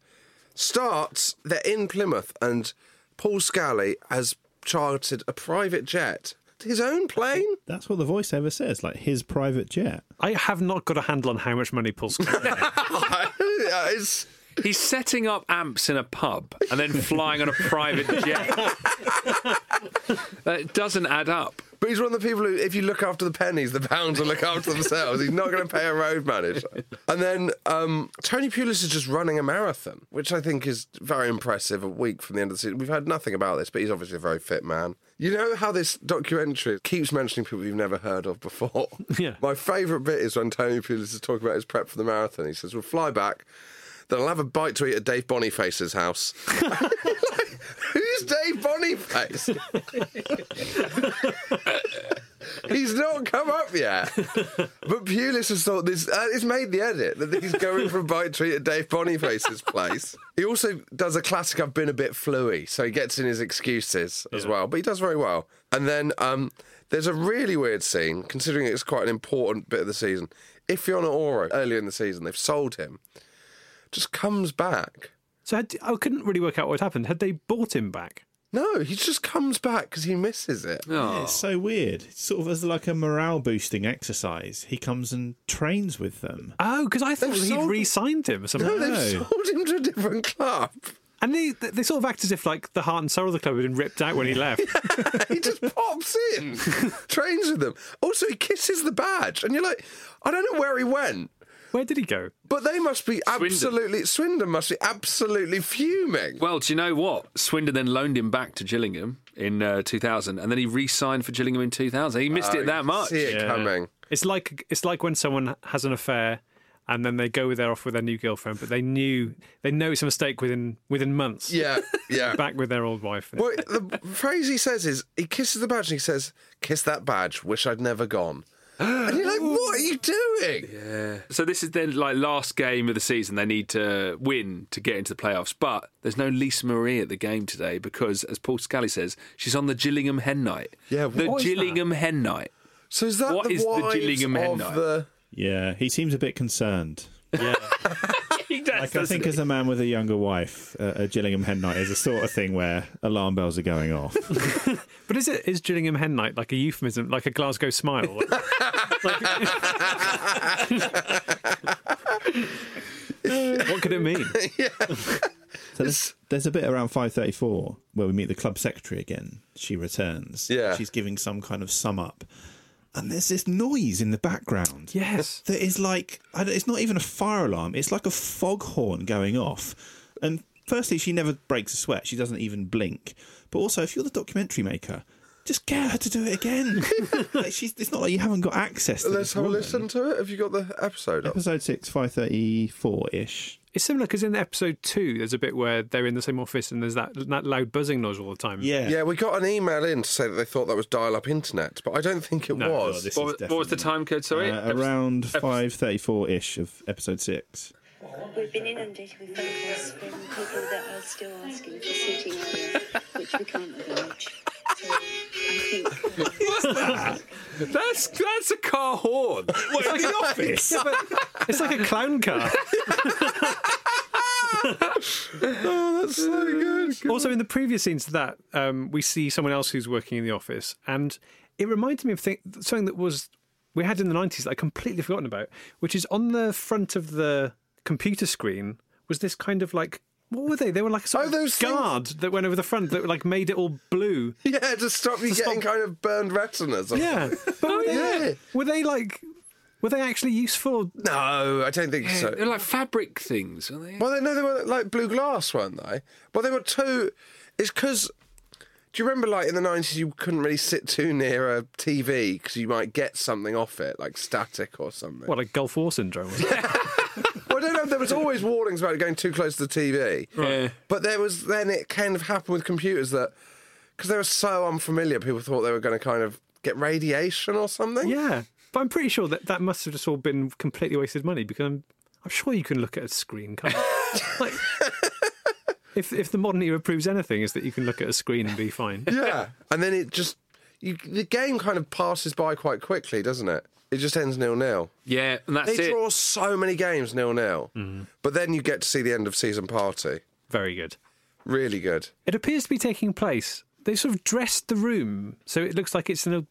S8: starts. They're in Plymouth, and Paul Scally has chartered a private jet. His own plane?
S7: That's what the voiceover says, like his private jet.
S4: I have not got a handle on how much money Paul Scott.
S6: He's setting up amps in a pub and then flying on a private jet. That doesn't add up.
S8: But he's one of the people who, if you look after the pennies, the pounds will look after themselves. He's not going to pay a road manager. And then um, Tony Pulis is just running a marathon, which I think is very impressive. A week from the end of the season, we've heard nothing about this, but he's obviously a very fit man. You know how this documentary keeps mentioning people you've never heard of before. Yeah. My favourite bit is when Tony Pulis is talking about his prep for the marathon. He says, "We'll fly back." Then I'll have a bite to eat at Dave Boniface's house. Who's Dave Boniface? he's not come up yet. But Pulis has thought this. Uh, it's made the edit that he's going for a bite to eat at Dave Boniface's place. He also does a classic. I've been a bit fluey, so he gets in his excuses as well. But he does very well. And then um, there's a really weird scene, considering it's quite an important bit of the season. If Fiona Oro earlier in the season, they've sold him. Just comes back.
S4: So had, I couldn't really work out what happened. Had they bought him back?
S8: No, he just comes back because he misses it.
S7: Yeah, it's so weird. It's sort of as like a morale boosting exercise. He comes and trains with them.
S4: Oh, because I thought
S7: They've
S4: he'd
S7: sold-
S4: re-signed him. Or something.
S7: No, they've No.
S8: sold him to a different club.
S4: And they, they they sort of act as if like the heart and soul of the club had been ripped out when he left.
S8: he just pops in,
S6: Hmm.
S8: trains with them. Also, he kisses the badge, and you're like, I don't know where he went.
S4: Where did he go?
S8: But they must be absolutely. Swindon must be absolutely fuming.
S6: Well, do you know what? Swindon then loaned him back to Gillingham in uh, 2000, and then he re-signed for Gillingham in 2000. He missed
S8: Oh,
S6: it that
S8: you
S6: much.
S8: see it Yeah. coming.
S4: It's like it's like when someone has an affair and then they go with their off with their new girlfriend, but they knew they know it's a mistake within within months.
S8: Yeah, yeah.
S4: Back with their old wife.
S8: Well, the phrase he says is, he kisses the badge and he says, "Kiss that badge. Wish I'd never gone." and you're like, what are you doing?
S6: Yeah. So this is then like last game of the season. They need to win to get into the playoffs. But there's no Lisa Marie at the game today because, as Paul Scally says, she's on the Gillingham Hen Night. Yeah. The
S8: what is that?
S6: Gillingham Hen Night.
S8: So is that
S6: What
S8: the
S6: is the
S8: wives
S6: Gillingham Hen
S8: of
S6: Night?
S8: the?
S7: Yeah, he seems a bit concerned.
S4: Yeah.
S7: like, I think as a man with a younger wife, uh, a Gillingham hen night is the sort of thing where alarm bells are going off.
S4: But is it is Gillingham Hen Night like a euphemism, like a Glasgow smile? what could it mean?
S7: So there's, there's a bit around 5:34 where we meet the club secretary again. She returns.
S8: Yeah.
S7: she's giving some kind of sum up, and there's this noise in the background.
S4: Yes,
S7: that is like I don't, it's not even a fire alarm. It's like a foghorn going off. And firstly, she never breaks a sweat. She doesn't even blink. But also, if you're the documentary maker. Just get her to do it again. like she's, it's not like you haven't got access to
S8: Let's
S7: this
S8: have a
S7: woman.
S8: listen to it. Have you got the episode up?
S7: Episode six, five thirty-four ish.
S4: It's similar because in episode two, there's a bit where they're in the same office and there's that that loud buzzing noise all the time.
S8: Yeah, we got an email in to say that they thought that was dial up internet, but I don't think it was.
S7: this What is was-
S6: What was the time code? Sorry.
S7: Uh, around five thirty-four ish of episode six.
S14: We've been inundated with phone calls from people that are still asking for seating area, which we can't oblige. So I think uh,
S6: What's that? That's that's a car horn. What, in the office?
S4: Yeah, but it's like a clown car.
S8: oh, that's so good.
S4: Also, in the previous scenes to that, um, we see someone else who's working in the office, and it reminded me of thi- something that was we had in the nineties that I completely forgotten about, which is on the front of the computer screen was this kind of like. What were they? They were like a sort of guard that went over the front that like made it all blue.
S8: Yeah, to stop you getting kind of burned retinas. or
S4: Yeah, Oh,
S8: something.
S4: but were they,
S8: Yeah.
S4: were they like were they actually useful?
S8: No, I don't think so.
S6: They're like fabric things, aren't they?
S8: Well, they, no, they were like blue glass, weren't they? Well, they were two. It's because. Do you remember, like in the nineties, you couldn't really sit too near a TV because you might get something off it, like static or something.
S4: What like Gulf War syndrome? Was it?
S8: well, I don't know. There was always warnings about going too close to the TV. But there was then it kind of happened with computers that because they were so unfamiliar. People thought they were going to kind of get radiation or something.
S4: Yeah, but I'm pretty sure that that must have just all been completely wasted money because I'm, I'm sure you can look at a screen. Can't you? like, if if the modern era proves anything, is that you can look at a screen and be fine.
S8: yeah, and then it just you, the game kind of passes by quite quickly, doesn't it? It just ends nil nil.
S6: Yeah, and that's
S8: they
S6: it.
S8: draw so many games nil nil, but then you get to see the end of season party.
S4: Very good,
S8: really good.
S4: It appears to be taking place. They sort of dressed the room so it looks like it's in a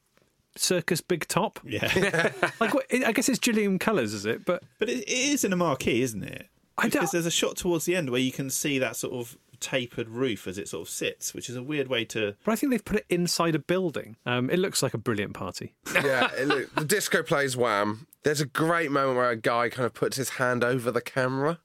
S4: circus big top.
S7: Yeah.
S4: like what, I guess it's Gilliam Colours, is it? But
S7: but it, it is in a marquee, isn't it?
S4: I don't-
S7: Because there's a shot towards the end where you can see that sort of tapered roof as it sort of sits, which is a weird way to.
S4: But I think they've put it inside a building. Um, it looks like a brilliant party.
S8: yeah, it look, the disco plays Wham. There's a great moment where a guy kind of puts his hand over the camera,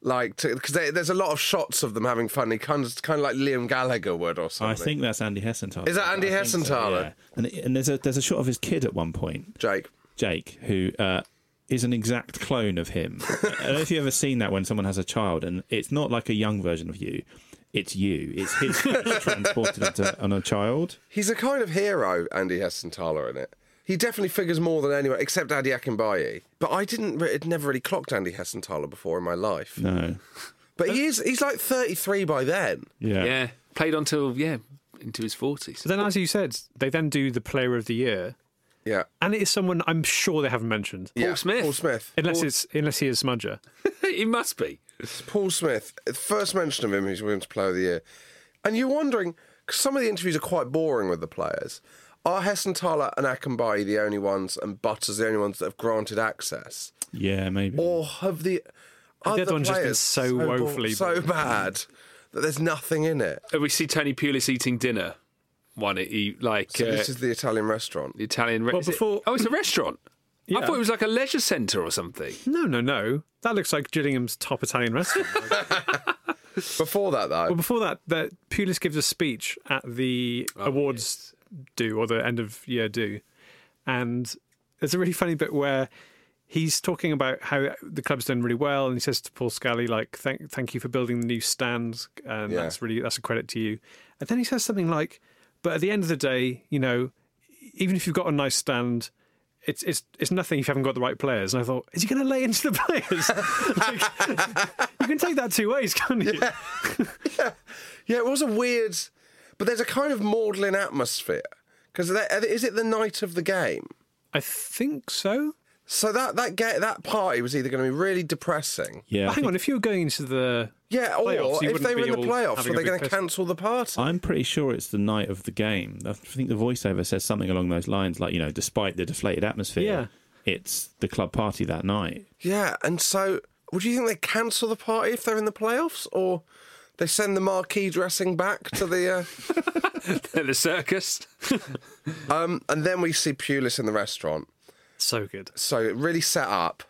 S8: like because there's a lot of shots of them having fun. He kind of kind of like Liam Gallagher would or
S7: I
S8: something.
S7: think that's Andy Hessenthaler.
S8: Is that Andy
S7: I think so,
S8: Hessenthaler?
S7: yeah. And, and there's a there's a shot of his kid at one point.
S8: Jake.
S7: Jake, who uh, is an exact clone of him. I don't know if you've ever seen that when someone has a child and it's not like a young version of you. It's you. It's his face transported onto, on a child.
S8: He's a kind of hero, Andy Hessenthaler, in it. He definitely figures more than anyone, except Adi Akinbaye. But I didn't, re- it never really clocked Andy Hessenthaler before in my life.
S7: No.
S8: But he is, he's like 33 by then.
S7: Yeah.
S6: Yeah. Played until, yeah, into his 40s.
S4: But then, as you said, they then do the Player of the Year.
S8: Yeah.
S4: And it is someone I'm sure they haven't mentioned.
S8: Paul Yeah, Smith. Paul Smith.
S4: Unless
S8: Paul-
S4: it's unless he is Smudger.
S6: he must be.
S8: It's Paul Smith. First mention of him, he's Women's Player of the Year. And you're wondering, 'cause some of the interviews are quite boring with the players. Are Hessenthaler and Akinbaye the only ones, and Butters the only ones that have granted access?
S7: Yeah, maybe.
S8: Or have the other
S6: other one's just been
S8: players
S6: so
S8: bo-
S6: woefully
S8: so
S6: boring.
S8: bad that there's nothing in it?
S6: Uh, We see Tony Pulis eating dinner. One, he like
S8: So
S6: uh,
S8: this is the Italian restaurant.
S6: the Italian. Re-
S4: Well,
S6: is it-
S4: before-
S6: oh, it's a restaurant.
S4: Yeah.
S6: I thought it was like a leisure centre or something.
S4: No, no, no. That looks like Gillingham's top Italian restaurant.
S8: Before that, though.
S4: well, before that, that Pulis gives a speech at the awards do or the end of year do, and there's a really funny bit where he's talking about how the club's done really well, and he says to Paul Scally, like, "Thank, thank you for building the new stands, and
S8: Yeah.
S4: that's really that's a credit to you." And then he says something like, "But at the end of the day, you know, even if you've got a nice stand." It's, it's it's nothing if you haven't got the right players. And I thought, is he going to lay into the players? Like, you can take that two ways, can't you?
S8: Yeah, it was a weird, but there's a kind of maudlin atmosphere because is it the night of the game?
S4: I think so.
S8: So that that ga- that party was either going to be really depressing.
S7: Yeah.
S4: But hang on, if you were going into the
S8: Yeah, or
S4: playoffs, you
S8: if they
S4: wouldn't
S8: were
S4: be
S8: in the
S4: all
S8: playoffs,
S4: having
S8: were
S4: a
S8: they
S4: big
S8: going to
S4: festival.
S8: cancel the party?
S7: I'm pretty sure it's the night of the game. I think the voiceover says something along those lines, like you know, despite the deflated atmosphere,
S8: Yeah.
S7: it's the club party that night.
S8: Yeah, and so would you think they cancel the party if they're in the playoffs, or they send the marquee dressing back to the?
S6: the circus.
S8: Uh... um, and then we see Pulis in the restaurant.
S4: So good.
S8: So it really set up.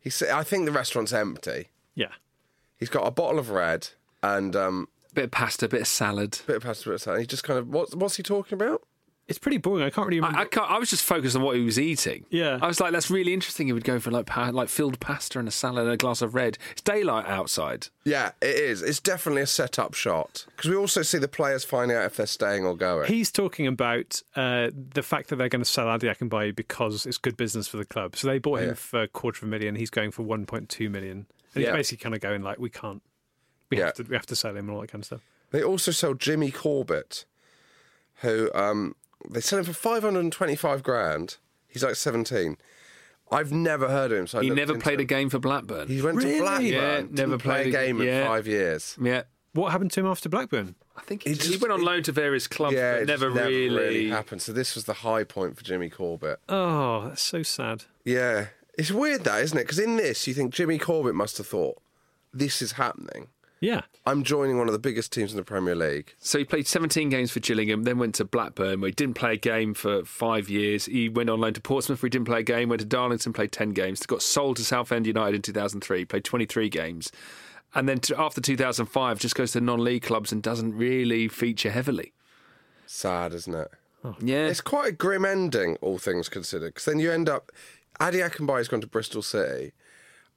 S8: He said, "I think the restaurant's empty."
S4: Yeah.
S8: He's got a bottle of red and um,
S6: bit of pasta, bit of salad,
S8: bit of pasta, bit of salad. He just kind of what's what's he talking about?
S4: It's pretty boring. I can't really remember.
S6: I, I, can't, I was just focused on what he was eating.
S4: Yeah.
S6: I was like, that's really interesting. He would go for like pa- like filled pasta and a salad and a glass of red. It's daylight outside.
S8: Yeah, it is. It's definitely a set-up shot because we also see the players finding out if they're staying or going.
S4: He's talking about uh, the fact that they're going to sell Adi Akinbaye because it's good business for the club. So they bought him
S8: Yeah.
S4: for a quarter of a million. He's going for 1.2 million. And
S8: Yeah.
S4: he's basically kind of going like, we can't, we,
S8: Yeah.
S4: have to, we have to sell him and all that kind of stuff.
S8: They also sell Jimmy Corbett, who um, they sell him for five hundred and twenty-five grand. He's like seventeen. I've never heard of him. So I
S6: he
S8: looked
S6: never
S8: into
S6: played a
S8: him.
S6: game for Blackburn.
S8: He went to Blackburn.
S6: Yeah,
S8: didn't
S6: never
S8: play
S6: played
S8: a game in
S6: yeah.
S8: five years.
S6: Yeah.
S4: What happened to him after Blackburn?
S6: I think he, he went on loan to various clubs,
S8: Yeah,
S6: but
S8: it just
S6: never, really.
S8: happened. So this was the high point for Jimmy Corbett.
S4: Oh, that's so sad.
S8: Yeah. It's weird that, isn't it? Because in this, you think Jimmy Corbett must have thought, this is happening.
S4: Yeah.
S8: I'm joining one of the biggest teams in the Premier League.
S6: So he played 17 games for Gillingham, then went to Blackburn, where he didn't play a game for five years. He went on loan to Portsmouth, where he didn't play a game. Went to Darlington, played 10 games. Got sold to Southend United in 2003, played 23 games. And then to, after 2005, just goes to non-league clubs and doesn't really feature heavily.
S8: Sad, isn't it?
S6: Yeah.
S8: It's quite a grim ending, all things considered, because then you end up. Adi Akinbaye's gone to Bristol City,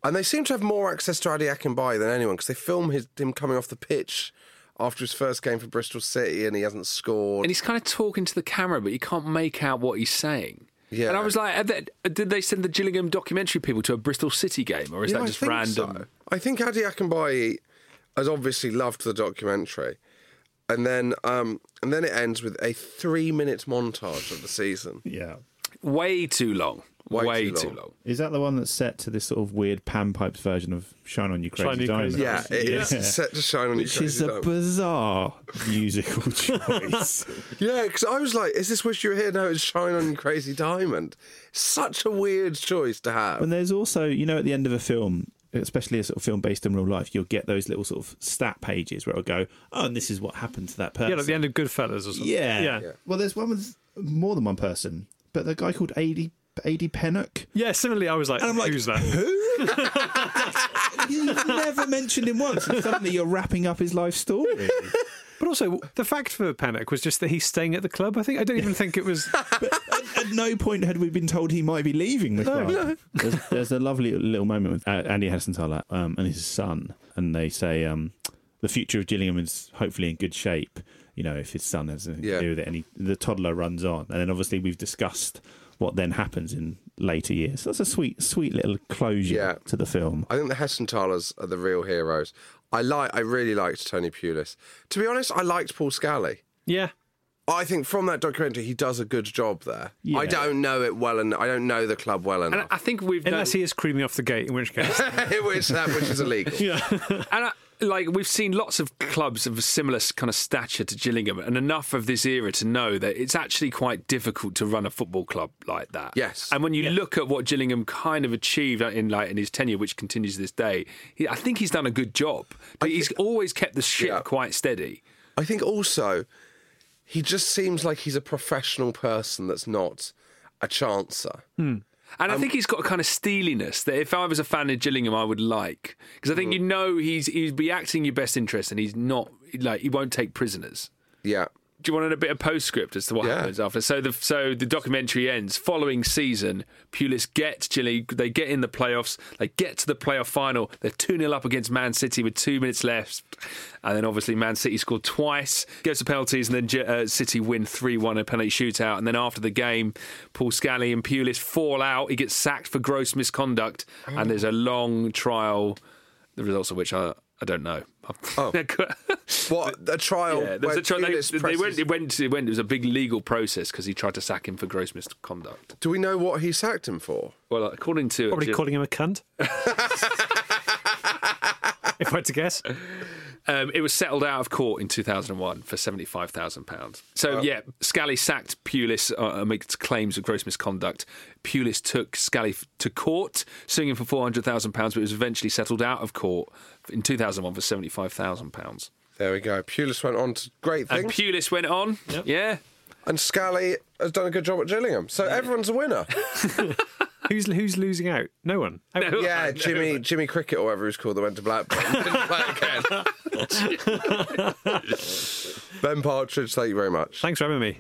S8: and they seem to have more access to Adi Akinbaye than anyone because they film his, him coming off the pitch after his first game for Bristol City and he hasn't scored.
S6: And he's kind of talking to the camera, but you can't make out what he's saying.
S8: Yeah.
S6: And I was like, are they- did they send the Gillingham documentary people to a Bristol City game, or is
S8: Yeah,
S6: that
S8: I
S6: just
S8: think
S6: random?
S8: so. I think Adi Akinbaye has obviously loved the documentary, and then um, and then it ends with a three-minute montage of the season.
S7: Yeah.
S6: Way too long. Way, too, long.
S7: Is that the one that's set to this sort of weird Pan Pipes version of Shine on You Crazy
S8: Shine On You
S7: Diamond?
S8: Crazy Diamond. Yeah, it is set to Shine On You
S7: Which
S8: Crazy
S7: is a
S8: Diamond.
S7: bizarre musical choice.
S8: yeah, because I was like, "Is this wish you were here?" No, it's Shine on You Crazy Diamond. Such a weird choice to have.
S7: And there's also, you know, at the end of a film, especially a sort of film based in real life, you'll get those little sort of stat pages where it'll go, oh, and this is what happened to that person.
S4: Yeah, like the end of Goodfellas or something.
S7: Yeah.
S4: yeah.
S7: Well, there's one with more than one person, but the guy called AD, AD Pennock.
S4: Yeah, similarly, I was like, who's that? Who?
S7: You've never mentioned him once, and suddenly you're wrapping up his life story.
S4: But also, the fact for Panic was just that he's staying at the club. I think I don't even think it was.
S7: At no point had we been told he might be leaving the
S4: No,
S7: club.
S4: no.
S7: There's, there's a lovely little moment with uh, Andy Hessenthaler um, and his son, and they say um, the future of Gillingham is hopefully in good shape. You know, if his son has anything
S8: Yeah.
S7: to do with it, and he, the toddler runs on, and then obviously we've discussed what then happens in later years. So that's a sweet, sweet little closure
S8: Yeah.
S7: to the film.
S8: I think the Hessentalers are the real heroes. I like. I really liked Tony Pulis. To be honest, I liked Paul Scally.
S4: Yeah.
S8: I think from that documentary, he does a good job there. I
S4: Yeah.
S8: don't know it well, and I don't know the club well enough.
S6: I think we've
S4: Unless he is creaming off the gate, in which case.
S8: which that which is illegal.
S6: and I, like we've seen lots of clubs of a similar s- kind of stature to Gillingham, and enough of this era to know that it's actually quite difficult to run a football club like that.
S8: Yes.
S6: and when you look at what Gillingham kind of achieved in like in his tenure, which continues to this day, he, I think he's done a good job. But he's always kept the ship quite steady.
S8: I think also he just seems like he's a professional person that's not a chancer.
S6: And I think he's got a kind of steeliness that if I was a fan of Gillingham, I would like because I think you know he's he'd be acting your best interest, and he's not like he won't take prisoners.
S8: Yeah.
S6: Do you want a bit of postscript as to what happens after? So the so the documentary ends. Following season, Pulis get Gilly. They get in the playoffs. They get to the playoff final. They're two 0 up against Man City with two minutes left, and then obviously Man City scored twice, goes to penalties, and then Gi- uh, City win three one in a penalty shootout. And then after the game, Paul Scally and Pulis fall out. He gets sacked for gross misconduct, and there's a long trial. The results of which I I don't know. Oh.
S8: what a trial!
S6: Yeah, there was
S8: where
S6: a trial. They,
S8: Pulis
S6: they
S8: presses-
S6: went. It went. It went. It was a big legal process because he tried to sack him for gross misconduct.
S8: Do we know what he sacked him for?
S6: Well, according to
S4: Probably calling him a cunt. if I had to guess.
S6: um, it was settled out of court in 2001 for 75,000 pounds. So yeah, Scally sacked Pulis uh, amidst claims of gross misconduct. Pulis took Scally f- to court, suing him for 400,000 pounds, but it was eventually settled out of court in 2001 for 75,000 pounds.
S8: There we go. Pulis went on to great
S6: And
S8: things,
S6: Pulis went on. Yeah.
S8: and Scally has done a good job at Gillingham. So everyone's a winner.
S4: Who's who's losing out? No one.
S8: yeah, Jimmy Jimmy Cricket or whatever he's called that went to Blackburn didn't play again. ben Partridge, thank you very much.
S4: Thanks for having me.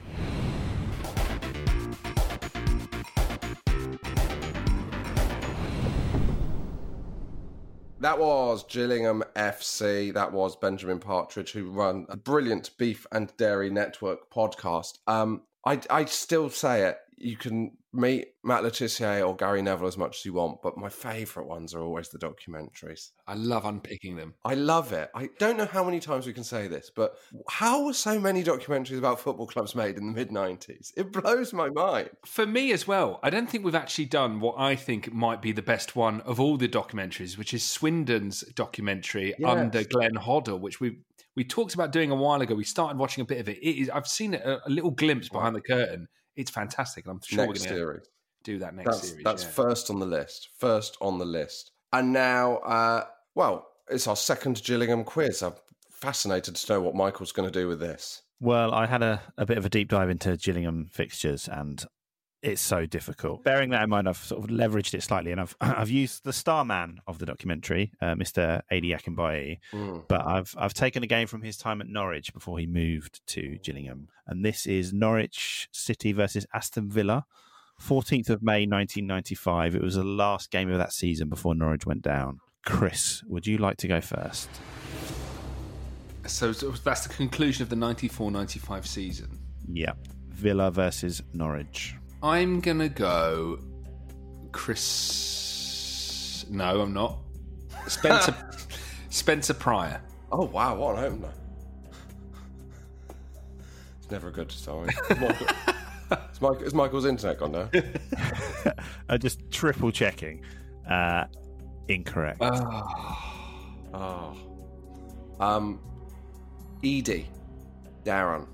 S8: That was Gillingham FC. That was Benjamin Partridge, who run a brilliant Beef and Dairy Network podcast. Um, I, I still say it. You can meet Matt Letitia or Gary Neville as much as you want, but my favourite ones are always the documentaries.
S6: I love unpicking them.
S8: I love it. I don't know how many times we can say this, but how were so many documentaries about football clubs made in the mid 90s? It blows my mind.
S6: For me as well, I don't think we've actually done what I think might be the best one of all the documentaries, which is Swindon's documentary
S8: Yes.
S6: under Glenn Hoddle, which we we talked about doing a while ago. We started watching a bit of it. it is, I've seen a, a little glimpse behind the curtain. It's fantastic, and I'm sure
S8: Next
S6: we're going to
S8: series.
S6: do that next
S8: That's,
S6: series.
S8: that's
S6: yeah.
S8: first on the list. First on the list. And now, uh, well, it's our second Gillingham quiz. I'm fascinated to know what Michael's going to do with this.
S13: Well, I had a, a bit of a deep dive into Gillingham fixtures, and it's so difficult. Bearing that in mind, I've sort of leveraged it slightly, and I've I've used the starman of the documentary, uh, Mr. Adi Akinbaye,
S8: Mm.
S13: but I've I've taken a game from his time at Norwich before he moved to Gillingham, and this is Norwich City versus Aston Villa. 14th of May 1995. It was the last game of that season before Norwich went down. Chris, would you like to go first?
S6: So, so that's the conclusion of the 94 95 season.
S7: Yeah. Villa versus Norwich.
S6: I'm going to go Chris. No, I'm not. Spencer Spencer Pryor.
S8: Oh, wow. What an opener. It's never a good story. Michael, is, Michael, is Michael's internet gone now?
S7: Uh, just triple checking. Uh, incorrect.
S8: Oh. Um, Edie. Darren.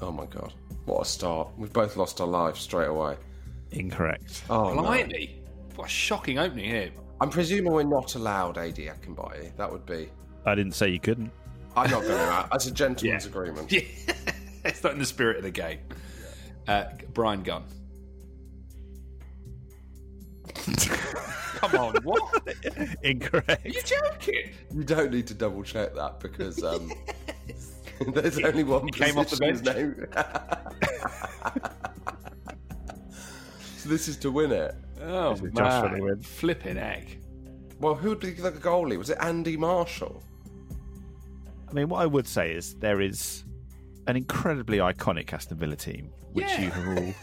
S8: Oh my god. What a start. We've both lost our lives straight away.
S7: Incorrect.
S8: Oh, no.
S6: Blimey. What a shocking opening here.
S8: I'm presuming we're not allowed AD Akinbaye. That would be.
S7: I didn't say you couldn't.
S8: I'm not going to. That's a gentleman's
S6: Yeah.
S8: agreement.
S6: Yeah. it's not in the spirit of the game. Uh, Brian Gunn. Come on, what?
S7: Incorrect.
S6: you joking?
S8: You don't need to double check that because um, there's only one.
S6: He came off the
S8: position his name- so this is to win it.
S6: Oh,
S8: This
S6: man.
S8: is Josh for the win.
S6: Flipping egg.
S8: Well, who would be the goalie? Was it Andy Marshall?
S7: I mean, what I would say is there is an incredibly iconic Aston Villa team, which
S6: Yeah.
S7: you have all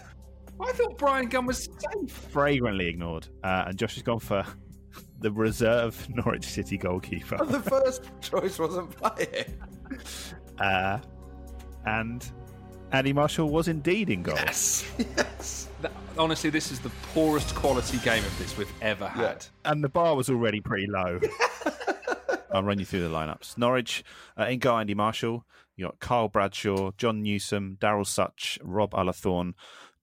S6: I thought Brian Gunn was safe.
S7: fragrantly ignored. Uh, and Josh has gone for the reserve Norwich City goalkeeper.
S8: the first choice wasn't playing.
S7: Uh, and Andy Marshall was indeed in goal.
S8: Yes.
S6: That- honestly, this is the poorest quality game of this we've ever had.
S7: And the bar was already pretty low. I'll run you through the lineups. Norwich, uh, in goal, Andy Marshall. You got Carl Bradshaw, John Newsom, Daryl Such, Rob Ullathorne,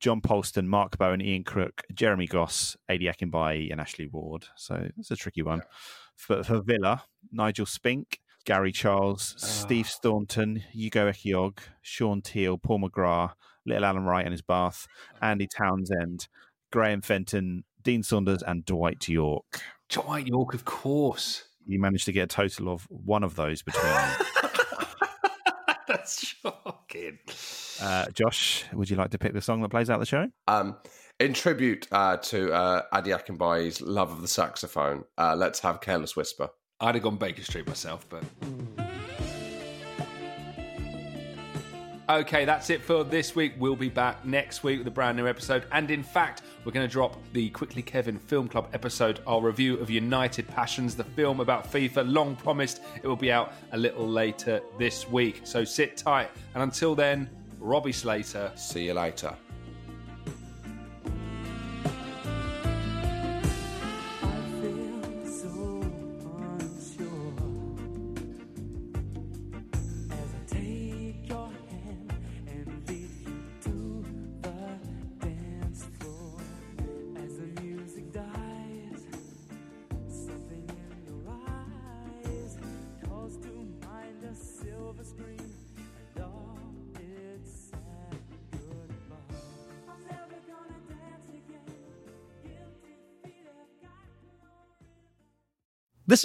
S7: John Polston, Mark Bowen, Ian Crook, Jeremy Goss, Adi Akinbaye, and Ashley Ward. So that's a tricky one. For, for Villa, Nigel Spink, Gary Charles, Steve Staunton, Hugo Ekiog, Sean Teal, Paul McGrath, Little Alan Wright and his bath, Andy Townsend, Graham Fenton, Dean Saunders, and Dwight York.
S6: Dwight York, of course.
S7: You managed to get a total of one of those between you.
S6: That's shocking.
S7: Uh, Josh, would you like to pick the song that plays out the show?
S8: Um, in tribute uh, to uh, Adi Akinbaye's love of the saxophone, uh, let's have Careless Whisper.
S6: I'd have gone Baker Street myself, but. Okay, that's it for this week. We'll be back next week with a brand new episode. And in fact, we're going to drop the Quickly Kevin Film Club episode, our review of United Passions, the film about FIFA, long promised. It will be out a little later this week. So sit tight. And until then, Robbie Slater.
S8: See you later.
S15: So unsure as I take your hand and lead you to the dance floor. As the music dies, something in your eyes calls to mind a silver screen, and all it's sad goodbye. I'm never gonna dance again. Guilty feet have got.
S3: This